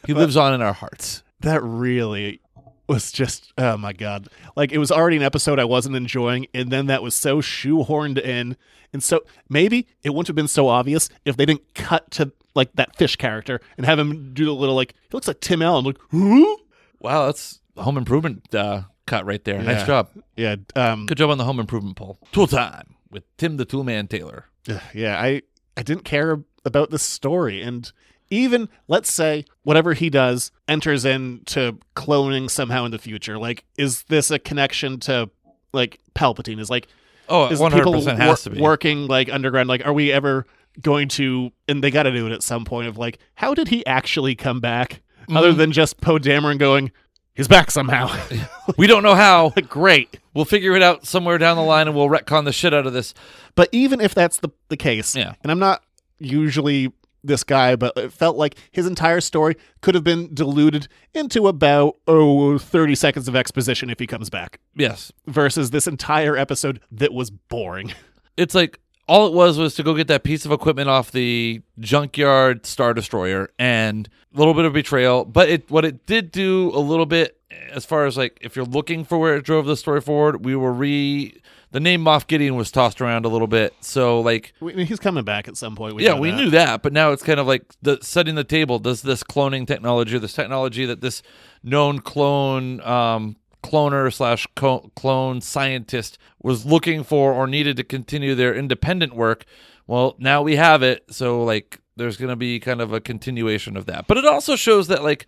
he lives on in our hearts.
that really was just oh my god like it was already an episode i wasn't enjoying and then that was so shoehorned in and so maybe it wouldn't have been so obvious if they didn't cut to like that fish character and have him do the little like he looks like tim allen like who
Wow, that's a home improvement uh, cut right there.
Yeah.
Nice job.
yeah um
Good job on the home improvement poll. Tool time with Tim the Tool Man Taylor.
Ugh, yeah i i didn't care about this story and even let's say whatever he does enters into cloning somehow in the future like is this a connection to like palpatine is like
Oh,
is
one hundred
people
percent
wor-
has to be.
working like underground like are we ever going to and they got to do it at some point of like how did he actually come back other
Mm-hmm.
than just Poe Dameron going he's back
(laughs)
somehow (laughs)
We don't know how.
great
We'll figure it out somewhere down the line, and we'll retcon the shit out of this.
but even if that's the the case
Yeah.
and I'm not usually this guy but it felt like his entire story could have been diluted into about oh 30 seconds of exposition if he comes back
Yes,
versus this entire episode that was boring (laughs)
it's like all it was was to go get that piece of equipment off the junkyard star destroyer and a little bit of betrayal but it what it did do a little bit as far as like if you're looking for where it drove the story forward we were re the name moff gideon was tossed around a little bit so like
We- I mean, he's coming back at some point we
yeah
know
we
that.
knew that but now it's kind of like the setting the table does this cloning technology or this technology that this known clone um cloner slash co- clone scientist was looking for or needed to continue their independent work well now we have it so like there's going to be kind of a continuation of that but it also shows that like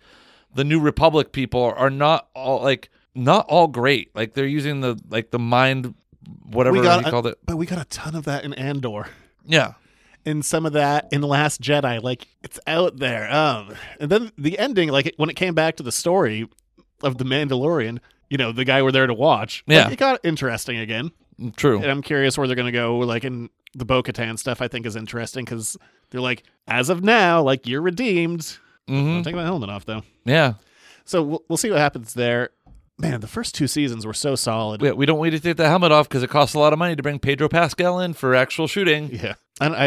the new republic people are not all like not all great like they're using the like the mind whatever
we
he
got a-
called it
But we got a ton of that in Andor.
yeah
And some of that in Last Jedi. Like it's out there. Um and then the ending, like when it came back to the story of the Mandalorian, you know, the guy we're there to watch. like,
Yeah.
it got interesting again.
true
And I'm curious where they're gonna go, like in the Bo Katan stuff I think is interesting because they're like, as of now, like you're redeemed.
hmm
I'm taking my helmet off though.
yeah
So we'll, we'll see what happens there. Man, the first two seasons were so solid.
Yeah, we don't need to take the helmet off because it costs a lot of money to bring Pedro Pascal in for actual shooting.
Yeah, and I,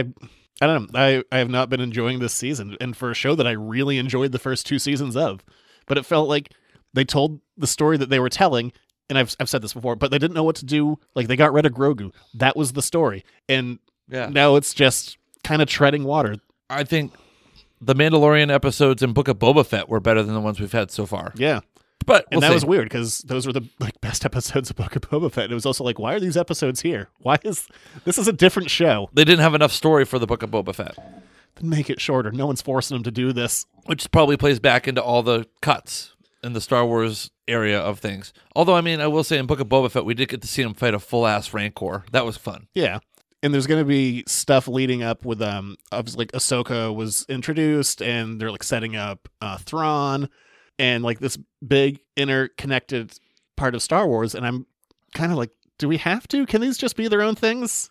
I don't know. I I have not been enjoying this season, and for a show that I really enjoyed the first two seasons of, but it felt like they told the story that they were telling. And I've I've said this before, but they didn't know what to do. Like they got rid of Grogu. That was the story, and
Yeah.
now it's just kind of treading water.
I think the Mandalorian episodes and Book of Boba Fett were better than the ones we've had so far.
Yeah,
But
and
we'll
that was
see.
weird because those were the like best (laughs) episodes of Book of Boba Fett. And it was also like, why are these episodes here? Why is this is a different show?
they didn't have enough story for the Book of Boba Fett,
Then make it shorter. No one's forcing them to do this.
which probably plays back into all the cuts in the Star Wars area of things. Although, I mean, I will say in Book of Boba Fett, we did get to see him fight a full ass Rancor. That was fun.
Yeah. And there's going to be stuff leading up with um obviously like Ahsoka was introduced and they're like setting up uh Thrawn and like this big interconnected part of Star Wars and I'm kind of like do we have to? Can these just be their own things?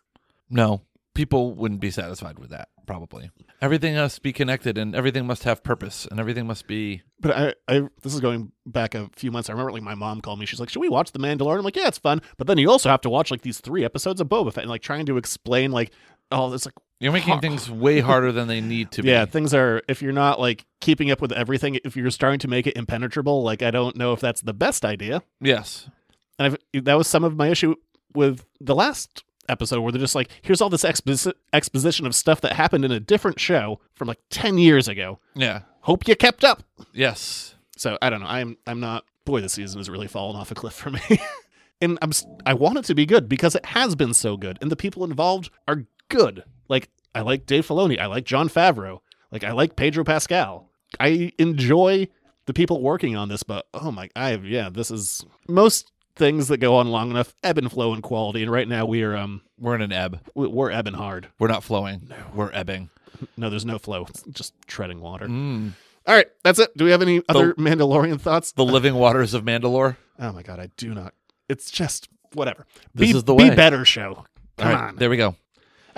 No, people wouldn't be satisfied with that, probably. Everything must be connected and everything must have purpose and everything must be.
But I, I this is going back a few months. I remember like my mom called me. She's like, "Should we watch The Mandalorian?" I'm like, "Yeah, it's fun." But then you also have to watch like these three episodes of Boba Fett and like trying to explain like, all it's like
you're making
(laughs)
things way harder than they need to be.
Yeah, things are if you're not like keeping up with everything, if you're starting to make it impenetrable, like I don't know if that's the best idea.
Yes.
And I've, that was some of my issue with the last episode where they're just like, here's all this expo- exposition of stuff that happened in a different show from like 10 years ago.
Yeah.
Hope you kept up.
Yes.
So I don't know. I'm I'm not boy this season has really fallen off a cliff for me. (laughs) and I'm I want it to be good because it has been so good and the people involved are good. Like I like Dave Filoni, I like John Favreau, like I like Pedro Pascal. I enjoy the people working on this, but oh my I yeah, this is most things that go on long enough ebb and flow in quality and right now we are um
we're in an ebb
we're ebbing hard
we're not flowing no. we're ebbing
no there's no flow it's just treading water
mm.
all right that's it do we have any the, other mandalorian thoughts (laughs)
the living waters of mandalore
oh my god i do not it's just whatever
this
be,
is the way
be better show Come
all right
on.
there we go
all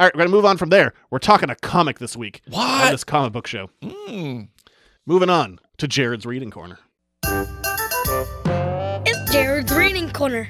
right we're gonna move on from there we're talking a comic this week
what
this comic book show
mm.
moving on to jared's reading corner
Jared's Reading Corner.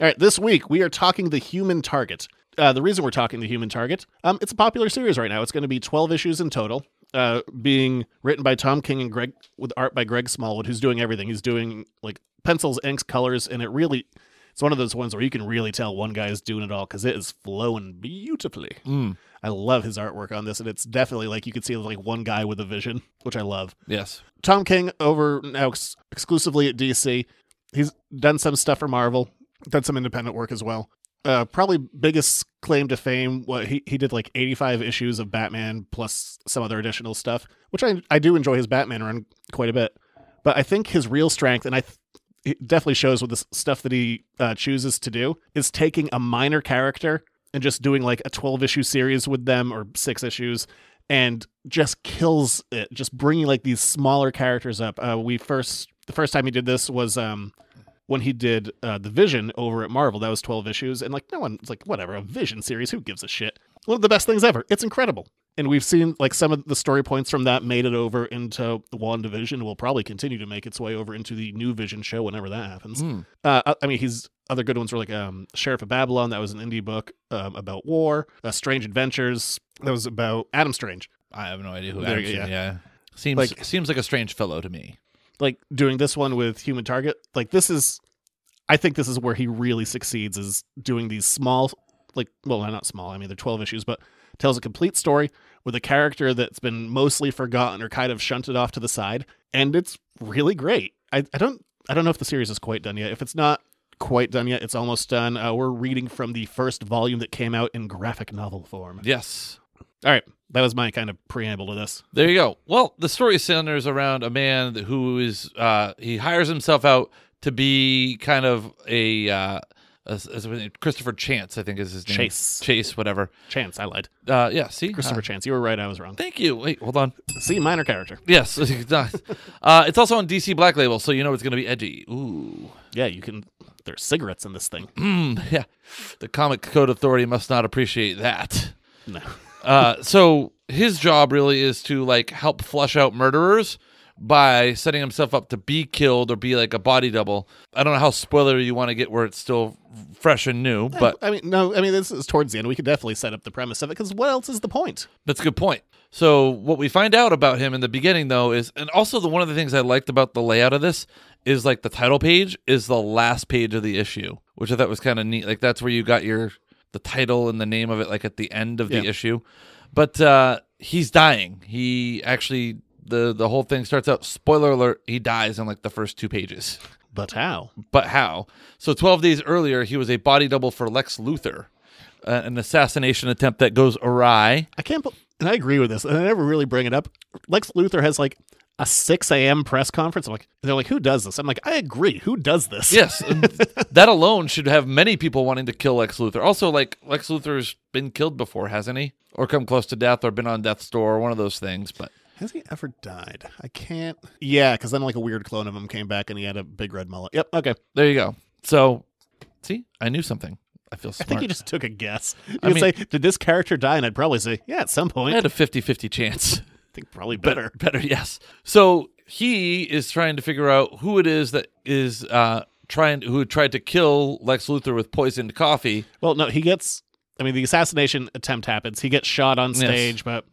All right, this week we are talking The Human Target. Uh, the reason we're talking The Human Target, um, it's a popular series right now. It's going to be 12 issues in total, uh, being written by Tom King and Greg, with art by Greg Smallwood, who's doing everything. He's doing like pencils, inks, colors, and it really. It's one of those ones where you can really tell one guy is doing it all because it is flowing beautifully.
Mm.
I love his artwork on this, and it's definitely like you can see like one guy with a vision, which I love.
Yes,
Tom King over now ex- exclusively at DC. He's done some stuff for Marvel, done some independent work as well. Uh, probably biggest claim to fame. What he he did like eighty five issues of Batman plus some other additional stuff, which I I do enjoy his Batman run quite a bit. But I think his real strength, and I th- it definitely shows with the stuff that he uh, chooses to do is taking a minor character and just doing like a 12 issue series with them or six issues and just kills it just bringing like these smaller characters up uh, we first the first time he did this was um when he did uh, the vision over at marvel that was 12 issues and like no one's like whatever a vision series who gives a shit one of the best things ever it's incredible and we've seen like some of the story points from that made it over into WandaVision. Will probably continue to make its way over into the new Vision show whenever that happens.
Mm.
Uh, I mean, he's other good ones were like um, Sheriff of Babylon. That was an indie book um, about war. Uh, Strange Adventures. That was about Adam Strange.
I have no idea who.
There
Adam
you go,
Strange-
yeah.
yeah, seems
Like-
like seems like a strange fellow to me.
Like doing this one with Human Target. Like this is, I think this is where he really succeeds is doing these small, like well, not small. I mean, they're twelve issues, but tells a complete story with a character that's been mostly forgotten or kind of shunted off to the side, and it's really great. I, I don't I don't know if the series is quite done yet. If it's not quite done yet, it's almost done. Uh, we're reading from the first volume that came out in graphic novel form.
Yes,
All right, that was my kind of preamble to this.
There you go. Well, the story centers around a man who is uh, he hires himself out to be kind of a, uh, a- a- Christopher Chance, I think is his name.
Chase.
Chase, whatever.
Chance, I lied.
Uh, yeah. See,
Christopher
Uh,
Chance, you were right. I was wrong.
Thank you. Wait, hold on.
See, minor character.
Yes, (laughs) it's not- uh, it's also on DC Black Label, so you know it's going to be edgy. Ooh, (laughs)
Yeah, you can. There's cigarettes in this thing.
Mm, yeah. The Comic Code Authority must not appreciate that.
No.
(laughs) Uh, so his job really is to like help flush out murderers by setting himself up to be killed or be like a body double. I don't know how spoiler you want to get where it's still fresh and new, but
I mean, no, I mean this is towards the end. We could definitely set up the premise of it because what else is the point?
that's a good point. So what we find out about him in the beginning though is and also the one of the things I liked about the layout of this is like the title page is the last page of the issue, which I thought was kind of neat. Like that's where you got your the title and the name of it like at the end of the
Yeah.
issue. But uh he's dying. He actually the the whole thing starts out spoiler alert, he dies in like the first two pages.
But how?
But how? So 12 days earlier he was a body double for Lex Luthor. Uh, an assassination attempt that goes awry.
I can't. bel and I agree with this. And I never really bring it up. Lex Luthor has like a 6 a.m. press conference. I'm like, they're like, who does this? I'm like, I agree. Who does this?
Yes, and that alone should have many people wanting to kill Lex Luthor. Also, like Lex Luthor's been killed before, hasn't he? Or come close to death, or been on death's door, or one of those things. But
Has he ever died? I can't. Yeah, because then like a weird clone of him came back and he had a big red mullet. Yep. Okay.
there you go. So, see, I knew something. I feel
I
smart.
think you just took a guess. You
I
would
mean-
say, did this character die? And I'd probably say, yeah, at some
I
point. I
had a 50-50 chance. (laughs)
think probably better.
Bet- better, yes. So he is trying to figure out who it is that is uh, trying who tried to kill Lex Luthor with poisoned coffee.
Well, no, he gets I mean, the assassination attempt happens. He gets shot on
Yes.
stage, but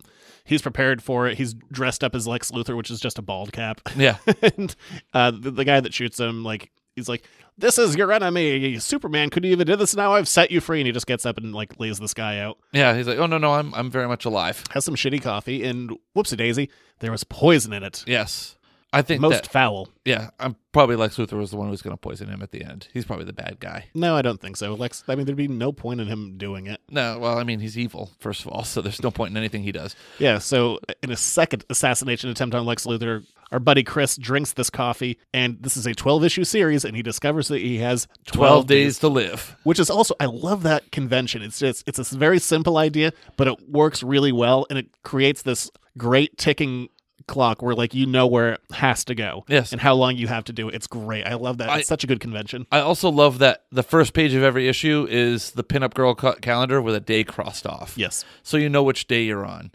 he's prepared for it. He's dressed up as Lex Luthor, which is just a bald cap.
Yeah.
(laughs)
(laughs)
and uh, the, the guy that shoots him, like, he's like, "This is your enemy. Superman couldn't even do this. Now I've set you free." And he just gets up and like lays this guy out.
Yeah, he's like, oh no, no, I'm I'm very much alive.
Has some shitty coffee, and whoopsie daisy, there was poison in it.
Yes, I think
most
that-
foul.
Yeah, I'm probably Lex Luthor was the one who's going to poison him at the end. He's probably the bad guy.
No, I don't think so. Lex, I mean, there'd be no point in him doing it.
No, well, I mean, he's evil first of all, (laughs) so there's no point in anything he does.
Yeah, so in a second assassination attempt on Lex Luthor, our buddy Chris drinks this coffee, and this is a 12 issue series, and he discovers that he has 12,
12 days to live.
Which is also, I love that convention. It's just, it's a very simple idea, but it works really well, and it creates this great ticking clock where, like, you know where it has to go.
Yes.
And how long you have to do it. It's great. I love that.
I-
it's such a good convention.
I also love that the first page of every issue is the pinup girl ca- calendar with a day crossed off.
Yes.
So you know which day you're on.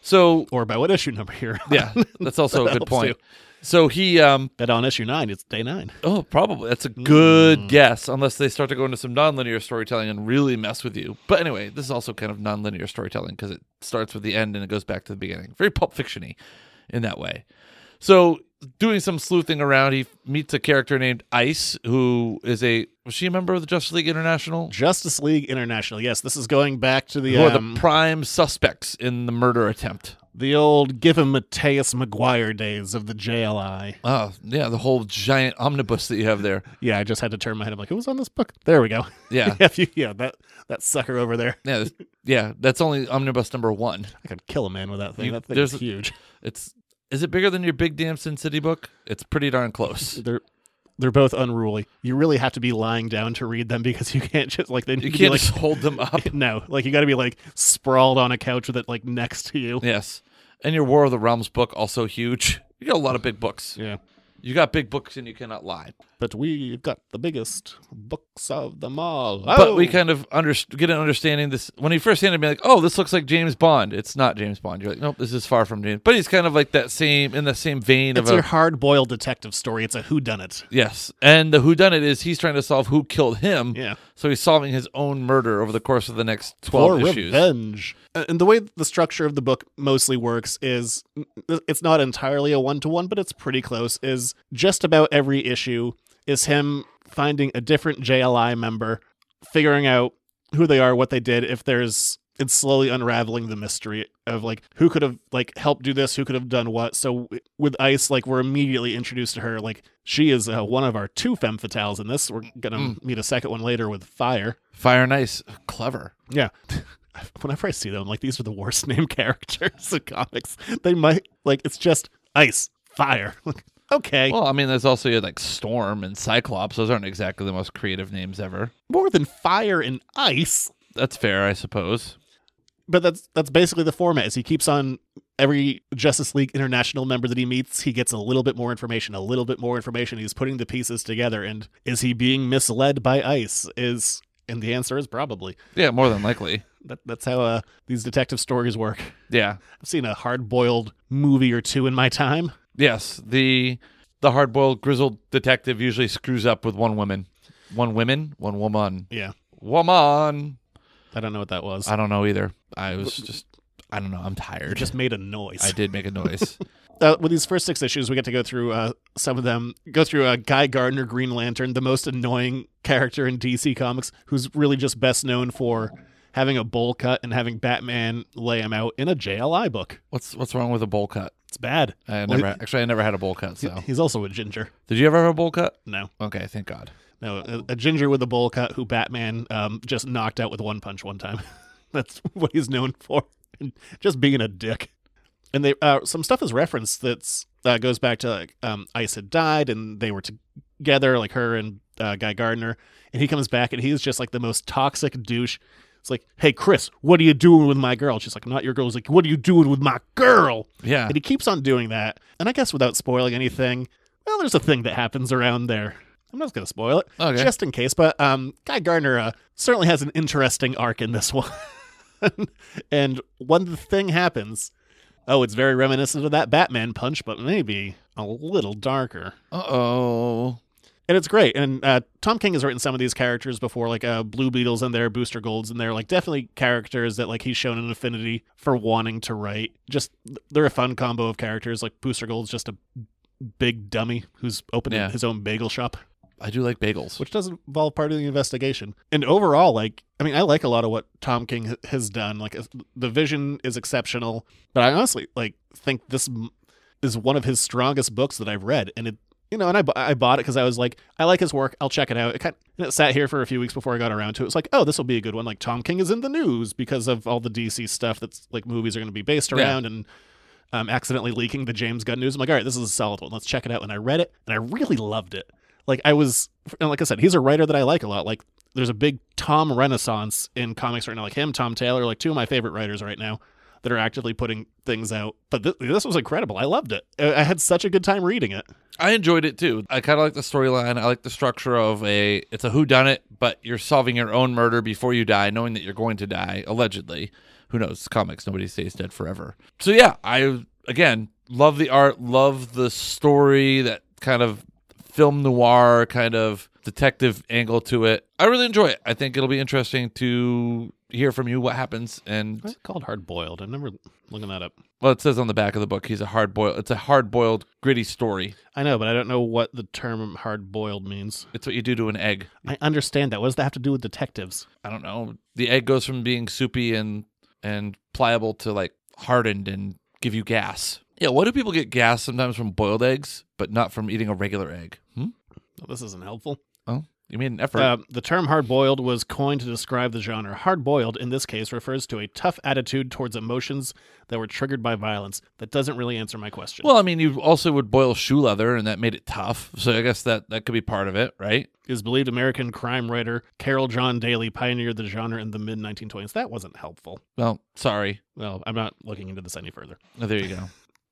So
Or by what issue number here? (laughs)
yeah, that's also
That
a good
helps
point.
too.
So he um
But on issue nine, it's day nine.
oh, probably that's a good guess unless they start to go into some nonlinear storytelling and really mess with you. But anyway, this is also kind of nonlinear storytelling cuz it starts with the end and it goes back to the beginning. Very pulp fictiony in that way. So doing some sleuthing around, he meets a character named Ice who is a was she a member of the Justice League International?
Justice League International. Yes, this is going back to the
who are
um,
the prime suspects in the murder attempt.
the old give him Mateus McGuire days of the JLI.
Oh, yeah, the whole giant omnibus that you have there.
Yeah, I just had to turn my head. I'm like, who was on this book? There we go. (laughs)
Yeah.
yeah, if you- yeah, that that sucker over there.
Yeah, th- yeah, that's only omnibus number one.
I could kill a man with that thing.
You-
that thing
there's
is huge.
It's is it bigger than your Big Damn Sin City book? It's pretty
(laughs)
darn close.
They're they're both unruly. You really have to be lying down to read them because you can't just like they need
You
to be,
can't
like
just hold them
(laughs)
up.
no, like you got to be like sprawled on a couch with it like next to you.
Yes, and your War of the Realms book also huge. You got a lot of big books.
Yeah.
You got big books, and you cannot lie.
But we've got the biggest books of them all.
But we
Oh!
kind of under- get an understanding this when he first handed me like, oh, this looks like James Bond. It's not James Bond. You're like, nope, this is far from James. But he's kind of like that same in the same vein
It's
of a
your hard-boiled detective story. It's a whodunit.
Yes. And the whodunit is he's trying to solve who killed him.
Yeah.
So he's solving his own murder over the course of the next 12
for
issues.
revenge. A- And the way the structure of the book mostly works is it's not entirely a one to one, but it's pretty close. Is just about every issue is him finding a different JLI member, figuring out who they are, what they did, if there's it's slowly unraveling the mystery of like who could have like helped do this, who could have done what. So w- with Ice, like we're immediately introduced to her. Like she is uh, one of our two femme fatales in this. We're gonna meet a second one later with Fire.
Fire and Ice. Clever.
Yeah. (laughs) Whenever I see them, like these are the worst (laughs) named characters in comics. They might like it's just ice, fire. (laughs) Like, okay.
Well, I mean, there's also you had, like Storm and Cyclops. Those aren't exactly the most creative names ever.
More than fire and ice.
That's fair, I suppose.
But that's that's basically the format is he keeps on every Justice League International member that he meets, he gets a little bit more information, a little bit more information. He's putting the pieces together and is he being misled by ice? Is and the answer is probably.
Yeah, more than likely.
That, that's how uh, these detective stories work.
Yeah.
I've seen a hard boiled movie or two in my time.
Yes. The the hard boiled grizzled detective usually screws up with one woman. One woman? One woman.
Yeah.
Woman.
I don't know what that was.
I don't know either. I was just I don't know. I'm tired.
just made a noise.
I did make
(laughs)
a noise.
Uh, with these first six issues, we get to go through uh, some of them. Go through uh, Guy Gardner, Green Lantern, the most annoying character in DC Comics, who's really just best known for having a bowl cut and having Batman lay him out in a JLI book.
What's what's wrong with a bowl cut?
It's bad.
I
Well,
never actually I never had a bowl cut.
he-
So
He's also a ginger.
did you ever have a bowl cut?
No,
Okay, thank God.
no, a, a ginger with a bowl cut who Batman um, just knocked out with one punch one time. (laughs) That's what he's known for, just being a dick. and they uh, some stuff is referenced that's uh, goes back to like um, Ice had died and they were together, like her and uh, Guy Gardner, and he comes back and he's just like the most toxic douche. It's like, hey Chris, what are you doing with my girl? She's like, I'm not your girl. He's like, what are you doing with my girl?
Yeah.
and he keeps on doing that. And I guess without spoiling anything, well, there's a thing that happens around there. I'm not going to spoil it,
Okay.
just in case. But um, Guy Gardner uh, certainly has an interesting arc in this (laughs) one. and one thing happens Oh, it's very reminiscent of that Batman punch, but maybe a little darker.
Uh oh.
and it's great. And uh, Tom King has written some of these characters before, like uh, Blue Beetles in there, Booster Golds in there, like definitely characters that like he's shown an affinity for wanting to write. Just they're a fun combo of characters. Like Booster Gold's just a big dummy who's opening
Yeah.
his own bagel shop.
I do like bagels.
Which doesn't involve part of the investigation. And overall, like, I mean, I like a lot of what Tom King h- has done. Like, uh, the vision is exceptional, but I honestly, like, think this m- is one of his strongest books that I've read. And it, you know, and I, bu- I bought it because I was like, I like his work. I'll check it out. It kind and it sat here for a few weeks before I got around to it. It's like, oh, this will be a good one. Like, Tom King is in the news because of all the DC stuff that's like movies are going to be based
Yeah.
around and um, accidentally leaking the James Gunn news. I'm like, all right, this is a solid one. Let's check it out. And I read it, and I really loved it. Like I was, and like I said, he's a writer that I like a lot. Like there's a big Tom renaissance in comics right now. Like him, Tom Taylor, like two of my favorite writers right now that are actively putting things out. But th- this was incredible. I loved it. I-, I had such a good time reading it.
I enjoyed it too. I kind of like the storyline. I like the structure of a it's a who done it, but you're solving your own murder before you die, knowing that you're going to die allegedly. Who knows? It's comics. Nobody stays dead forever. So yeah, I again love the art, love the story, that kind of film noir kind of detective angle to it. I really enjoy it. I think it'll be interesting to hear from you what happens and
It's called Hard Boiled. I remember looking that up.
well, it says on the back of the book he's a hard boiled. It's a hard boiled gritty story.
I know, but I don't know what the term hard boiled means.
It's what you do to an egg.
I understand that. What does that have to do with detectives?
I don't know. The egg goes from being soupy and and pliable to like hardened and give you gas. Yeah, why do people get gas sometimes from boiled eggs, but not from eating a regular egg? Hmm?
Well, this isn't helpful.
Well, you made an effort.
Uh, the term hard boiled was coined to describe the genre. Hard boiled, in this case, refers to a tough attitude towards emotions that were triggered by violence. That doesn't really answer my question.
well, I mean, you also would boil shoe leather, and that made it tough. So I guess that that could be part of it, right?
Is believed American crime writer Carol John Daly pioneered the genre in the mid 1920s. That wasn't helpful.
Well, sorry.
Well, I'm not looking into this any further.
Oh, there you go.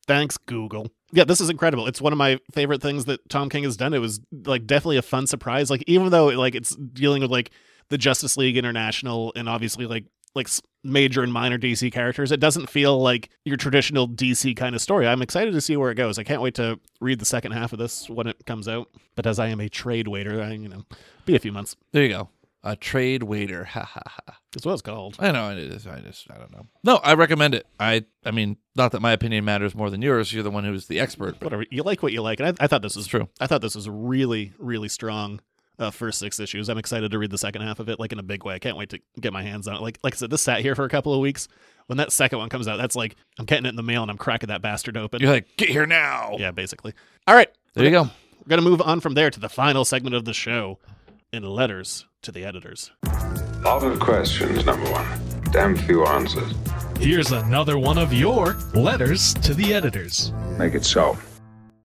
Thanks, Google. Yeah, this is incredible. It's one of my favorite things that Tom King has done. It was like definitely a fun surprise. Like even though like it's dealing with like the Justice League International and obviously like like s- major and minor DC characters, it doesn't feel like your traditional DC kind of story. I'm excited to see where it goes. I can't wait to read the second half of this when it comes out. But as I am a trade waiter, I you know be a few months.
There you go. A trade waiter. (laughs) Ha ha ha.
That's what it's called.
I know it is. I just I don't know. No, I recommend it. I I mean, not that my opinion matters more than yours. You're the one who's the expert. But
Whatever you like, what you like, and I, I thought this was
true.
I thought this was really, really strong uh, first six issues. I'm excited to read the second half of it, like in a big way. I can't wait to get my hands on it. Like, like I said, this sat here for a couple of weeks. When that second one comes out, that's like I'm getting it in the mail and I'm cracking that bastard open.
You're like, get here now.
yeah, basically. All right,
There you go.
we're gonna move on from there to the final segment of the show, in letters to the editors.
Lot of questions, number one. Damn few answers.
Here's another one of your letters to the editors.
Make it so.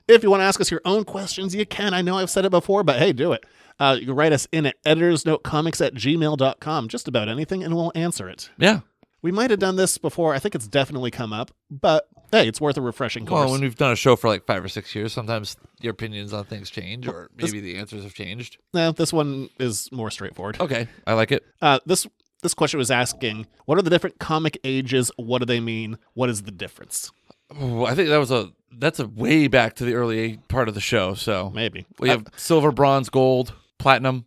If you want to ask us your own questions, you can. I know I've said it before, but hey, do it. Uh, you can write us in at editorsnotecomics at gmail.com, just about anything, and we'll answer it.
Yeah.
We might have done this before. I think it's definitely come up, but hey, it's worth a refreshing course.
Well, when we've done a show for like five or six years, sometimes your opinions on things change, or
this-
maybe the answers have changed.
no, this one is more straightforward.
Okay, I like it.
Uh, this this question was asking, what are the different comic ages? What do they mean? What is the difference?
Oh, I think that was a that's a way back to the early part of the show. So
Maybe
we have silver, bronze, gold, (laughs) platinum,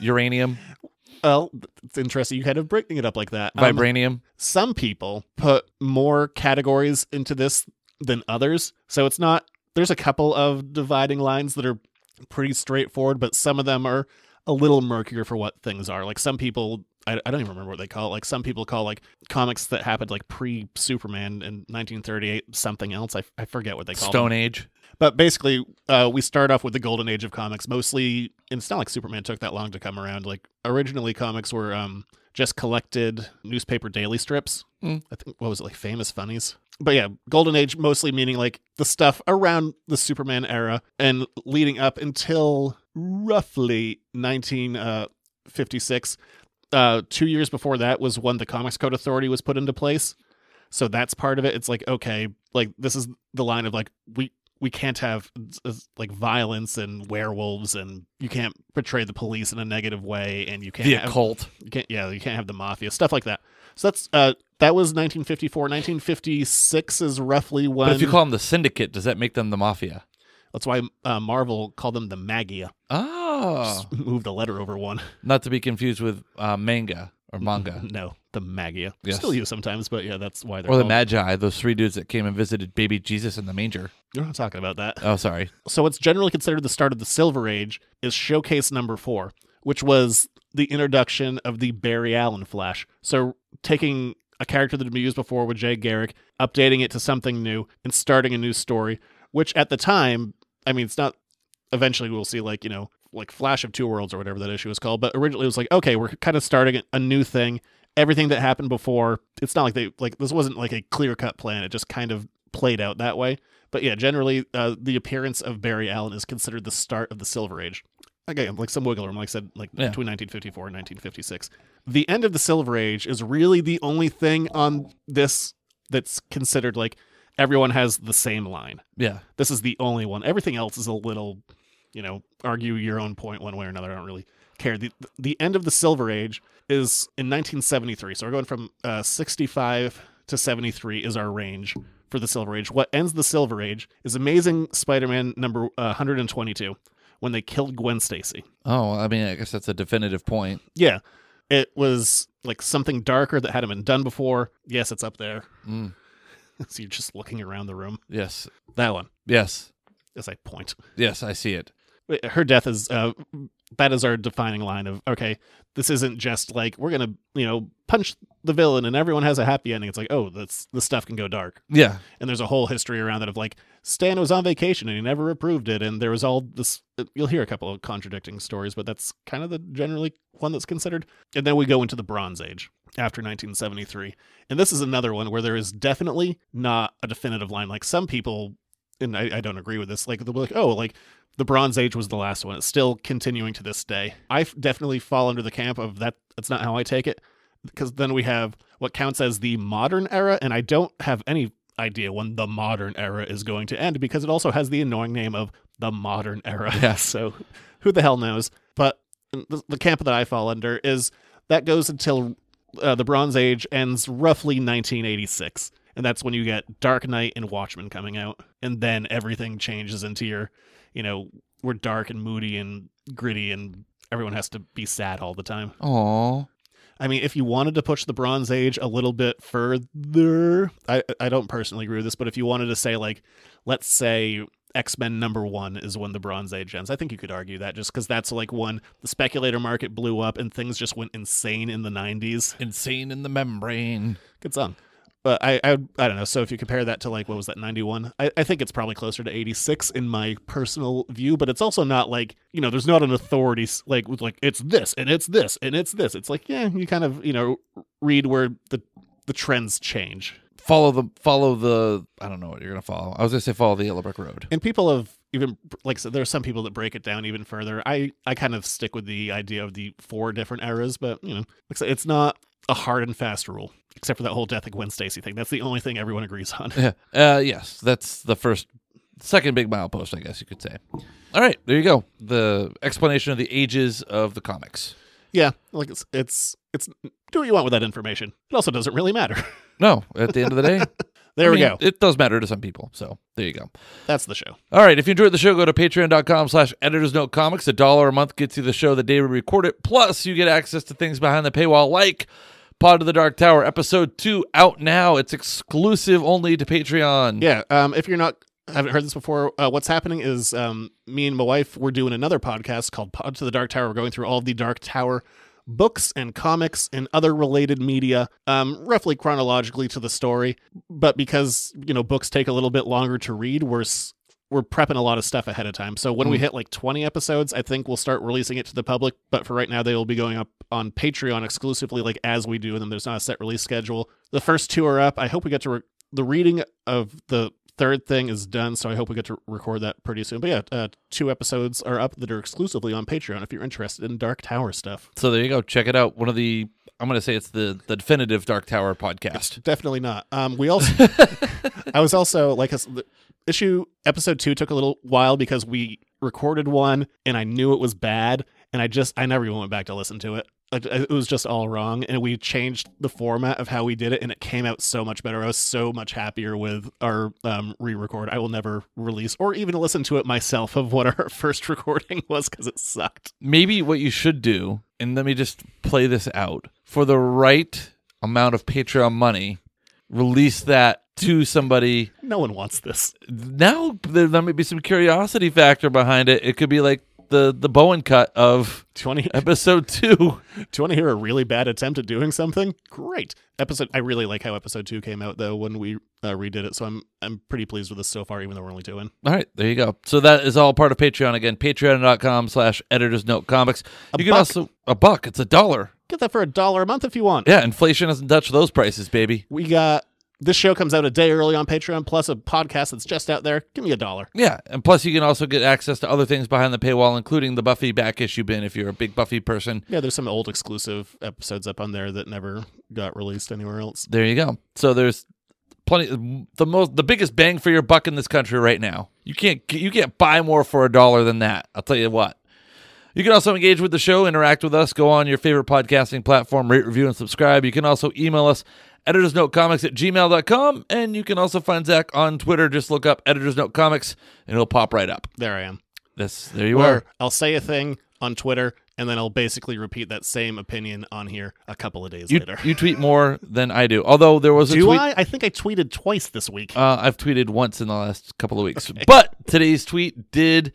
uranium,
Well, it's interesting. You kind of breaking it up like that. Um,
vibranium.
some people put more categories into this than others. So it's not, there's a couple of dividing lines that are pretty straightforward, but some of them are a little murkier for what things are. Like some people, I, I don't even remember what they call it. Like some people call like comics that happened like pre Superman in 1938 something else. I, I forget what they call
Stone
them.
Age.
But basically, uh, we start off with the golden age of comics. Mostly, and it's not like Superman took that long to come around. Like originally, comics were um, just collected newspaper daily strips.
Mm.
I think what was it like famous funnies. But yeah, golden age mostly meaning like the stuff around the Superman era and leading up until roughly 1956. Uh, two years before that was when the Comics Code Authority was put into place. So that's part of it. It's like okay, like this is the line of like we we can't have uh, like violence and werewolves and you can't portray the police in a negative way and you can't
The
have-
occult.
you can't yeah you can't have the mafia stuff like that. So that's uh that was 1954. 1956 is roughly when
But if you call them the syndicate, does that make them the mafia?
that's why uh, Marvel called them the Magia.
Ah, Oh.
Just move the letter over one.
Not to be confused with uh, manga or (laughs) manga.
(laughs) No, the Magia.
Yes.
Still used sometimes, but yeah, that's why they're
Or the
called-
Magi, those three dudes that came and visited baby Jesus in the manger.
You're not talking about that.
Oh, sorry.
So what's generally considered the start of the Silver Age is showcase number four, which was the introduction of the Barry Allen Flash. So taking a character that had been used before with Jay Garrick, updating it to something new, and starting a new story, which at the time, I mean, it's not eventually we'll see like, you know, like Flash of Two Worlds or whatever that issue was called, but originally it was like, okay, we're kind of starting a new thing. Everything that happened before, it's not like they like this wasn't like a clear cut plan. It just kind of played out that way. But yeah, generally, uh, the appearance of Barry Allen is considered the start of the Silver Age. Again, like some wiggle room, like I said, like
Yeah.
between 1954 and 1956. The end of the Silver Age is really the only thing on this that's considered like everyone has the same line.
Yeah.
This is the only one. Everything else is a little, you know, argue your own point one way or another. I don't really care. The the end of the Silver Age is in 1973. So we're going from uh, 65 to 73 is our range for the Silver Age. What ends the Silver Age is Amazing Spider-Man number uh, 122 when they killed Gwen Stacy.
Oh, well, I mean, I guess that's a definitive point.
Yeah. It was like something darker that hadn't been done before. Yes, it's up there.
Mm.
(laughs) so you're just looking around the room.
Yes.
That one,
Yes.
as I point.
Yes, I see it.
her death is uh that is our defining line of okay this isn't just like we're gonna you know punch the villain and everyone has a happy ending it's like oh that's this stuff can go dark
Yeah.
and there's a whole history around that of like stan was on vacation and he never approved it and there was all this you'll hear a couple of contradicting stories but that's kind of the generally one that's considered and then we go into the bronze age after 1973 and this is another one where there is definitely not a definitive line like some people and I, I don't agree with this. Like they'll be like, oh, like the Bronze Age was the last one. It's still continuing to this day. I f- definitely fall under the camp of that. That's not how I take it, because then we have what counts as the modern era, and I don't have any idea when the modern era is going to end because it also has the annoying name of the modern era.
Yeah.
(laughs) so who the hell knows? But uh, the, the camp that I fall under is that goes until uh, the Bronze Age ends roughly 1986. And that's when you get Dark Knight and Watchmen coming out. And then everything changes into your, you know, we're dark and moody and gritty and everyone has to be sad all the time.
Oh.
I mean, if you wanted to push the Bronze Age a little bit further, I, I don't personally agree with this, but if you wanted to say, like, let's say X Men number one is when the Bronze Age ends, I think you could argue that just because that's like when the speculator market blew up and things just went insane in the 90s.
Insane in the membrane.
Good song. But I, I I don't know. So if you compare that to like what was that ninety one? I, I think it's probably closer to eighty six in my personal view. But it's also not like you know there's not an authority s- like with like it's this and it's this and it's this. It's like yeah you kind of you know read where the the trends change.
Follow the follow the I don't know what you're gonna follow. I was gonna say follow the yellow brick road.
And people have even like so there are some people that break it down even further. I I kind of stick with the idea of the four different eras, but you know like I said, it's not a hard and fast rule except for that whole death of Gwen Stacy thing. That's the only thing everyone agrees on.
Yeah. Uh, yes, that's the first, second big milepost, I guess you could say. All right, there you go. The explanation of the ages of the comics.
Yeah, like it's it's it's do what you want with that information. It also doesn't really matter. (laughs)
No, at the end of the day,
There
I
we
mean,
go.
It does matter to some people, so there you go.
That's the show.
All right, if you enjoyed the show, go to patreon.com slash editors note comics. A dollar a month gets you the show the day we record it. Plus, you get access to things behind the paywall like Pod of the Dark Tower, episode two, out now. It's exclusive only to Patreon.
Yeah. Um, if you're not haven't heard this before, uh, what's happening is um, me and my wife we're doing another podcast called Pod to the Dark Tower. We're going through all of the Dark Tower books and comics and other related media, um, roughly chronologically to the story. But because you know books take a little bit longer to read, we're s- we're prepping a lot of stuff ahead of time. So when we
Mm.
hit like 20 episodes, I think we'll start releasing it to the public. But for right now, they will be going up on Patreon exclusively, like as we do them. There's not a set release schedule. The first two are up. I hope we get to re- the reading of the third thing is done. So I hope we get to record that pretty soon. But yeah, uh, two episodes are up that are exclusively on Patreon if you're interested in Dark Tower stuff.
So there you go. Check it out. One of the I'm going to say it's the the definitive Dark Tower podcast.
Definitely not. Um, we also, I was also like, us- the issue episode two took a little while because we recorded one and I knew it was bad, and I just I never even went back to listen to it. it was just all wrong and we changed the format of how we did it and it came out so much better i was so much happier with our um, re-record i will never release or even listen to it myself of what our (laughs) first recording was because it sucked
maybe what you should do and let me just play this out for the right amount of patreon money release that to somebody
no one wants this
now there, there may be some curiosity factor behind it it could be like the the Bowen cut of (laughs)
20
episode 2. Do
you want to hear a really bad attempt at doing something? Great. Episode I really like how episode 2 came out though when we uh, redid it, so I'm I'm pretty pleased with this so far even though we're only two in.
All right, there you go. So that is all part of Patreon again, patreon.com/editorsnotecomics. slash editors note comics. You can
buck.
also a buck, it's a dollar.
Get that for a dollar a month if you want.
Yeah, inflation doesn't touch those prices, baby.
We got this show comes out a day early on Patreon, plus a podcast that's just out there. Give me a dollar.
Yeah, and plus you can also get access to other things behind the paywall, including the Buffy back issue bin if you're a big Buffy person.
Yeah, there's some old exclusive episodes up on there that never got released anywhere else.
There you go. So there's plenty the most the biggest bang for your buck in this country right now. You can't you can't buy more for a dollar than that. I'll tell you what. You can also engage with the show, interact with us, go on your favorite podcasting platform, rate, review, and subscribe. You can also email us editorsnotecomics at gmail.com. And you can also find Zach on Twitter. Just look up Editors Note Comics and it'll pop right up.
There I am.
This, there you
Where
are.
I'll say a thing on Twitter and then I'll basically repeat that same opinion on here a couple of days
You,
(laughs) later.
you tweet more than I do. Although there was a
Do
tweet.
I? I think I tweeted twice this week.
Uh, I've tweeted once in the last couple of weeks. But today's tweet did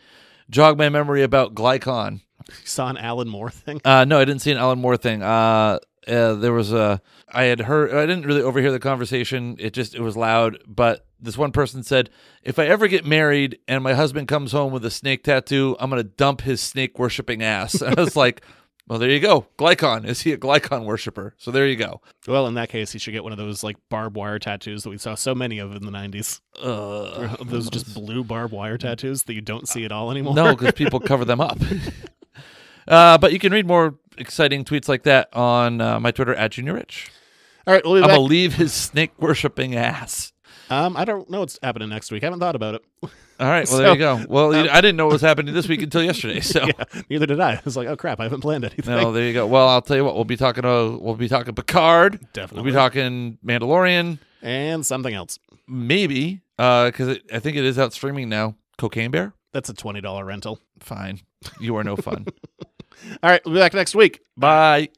jog my memory about Glycon.
You saw an Alan Moore thing?
Uh, no, I didn't see an Alan Moore thing. Uh, uh, there was a I had heard I didn't really overhear the conversation. It just it was loud, but this one person said, "If I ever get married and my husband comes home with a snake tattoo, I'm gonna dump his snake worshipping ass." (laughs) And I was like, "Well, there you go. Glycon is he a Glycon worshiper? So there you go."
Well, in that case, he should get one of those like barbed wire tattoos that we saw so many of in the 90s.
Uh,
those just blue barbed wire tattoos that you don't see at all anymore.
No, because people cover them up. uh, but you can read more exciting tweets like that on uh, my Twitter at Junior Rich.
(laughs) All right, we'll be
I'm
back.
gonna leave his snake worshipping ass.
um, I don't know what's happening next week. I haven't thought about it. (laughs)
All right. Well,
So,
there you go. Well,
um,
you- I didn't know what was happening this week until yesterday. So
(laughs) Yeah, neither did I. I was like, oh crap, I haven't planned anything.
no, there you go. Well, I'll tell you what. We'll be talking. Uh, we'll be talking Picard.
Definitely.
We'll be talking Mandalorian.
and something else.
Maybe because it I think it is out streaming now. Cocaine Bear.
That's a twenty dollar rental. (laughs)
Fine. You are no fun.
All right, we'll be back next week.
Bye.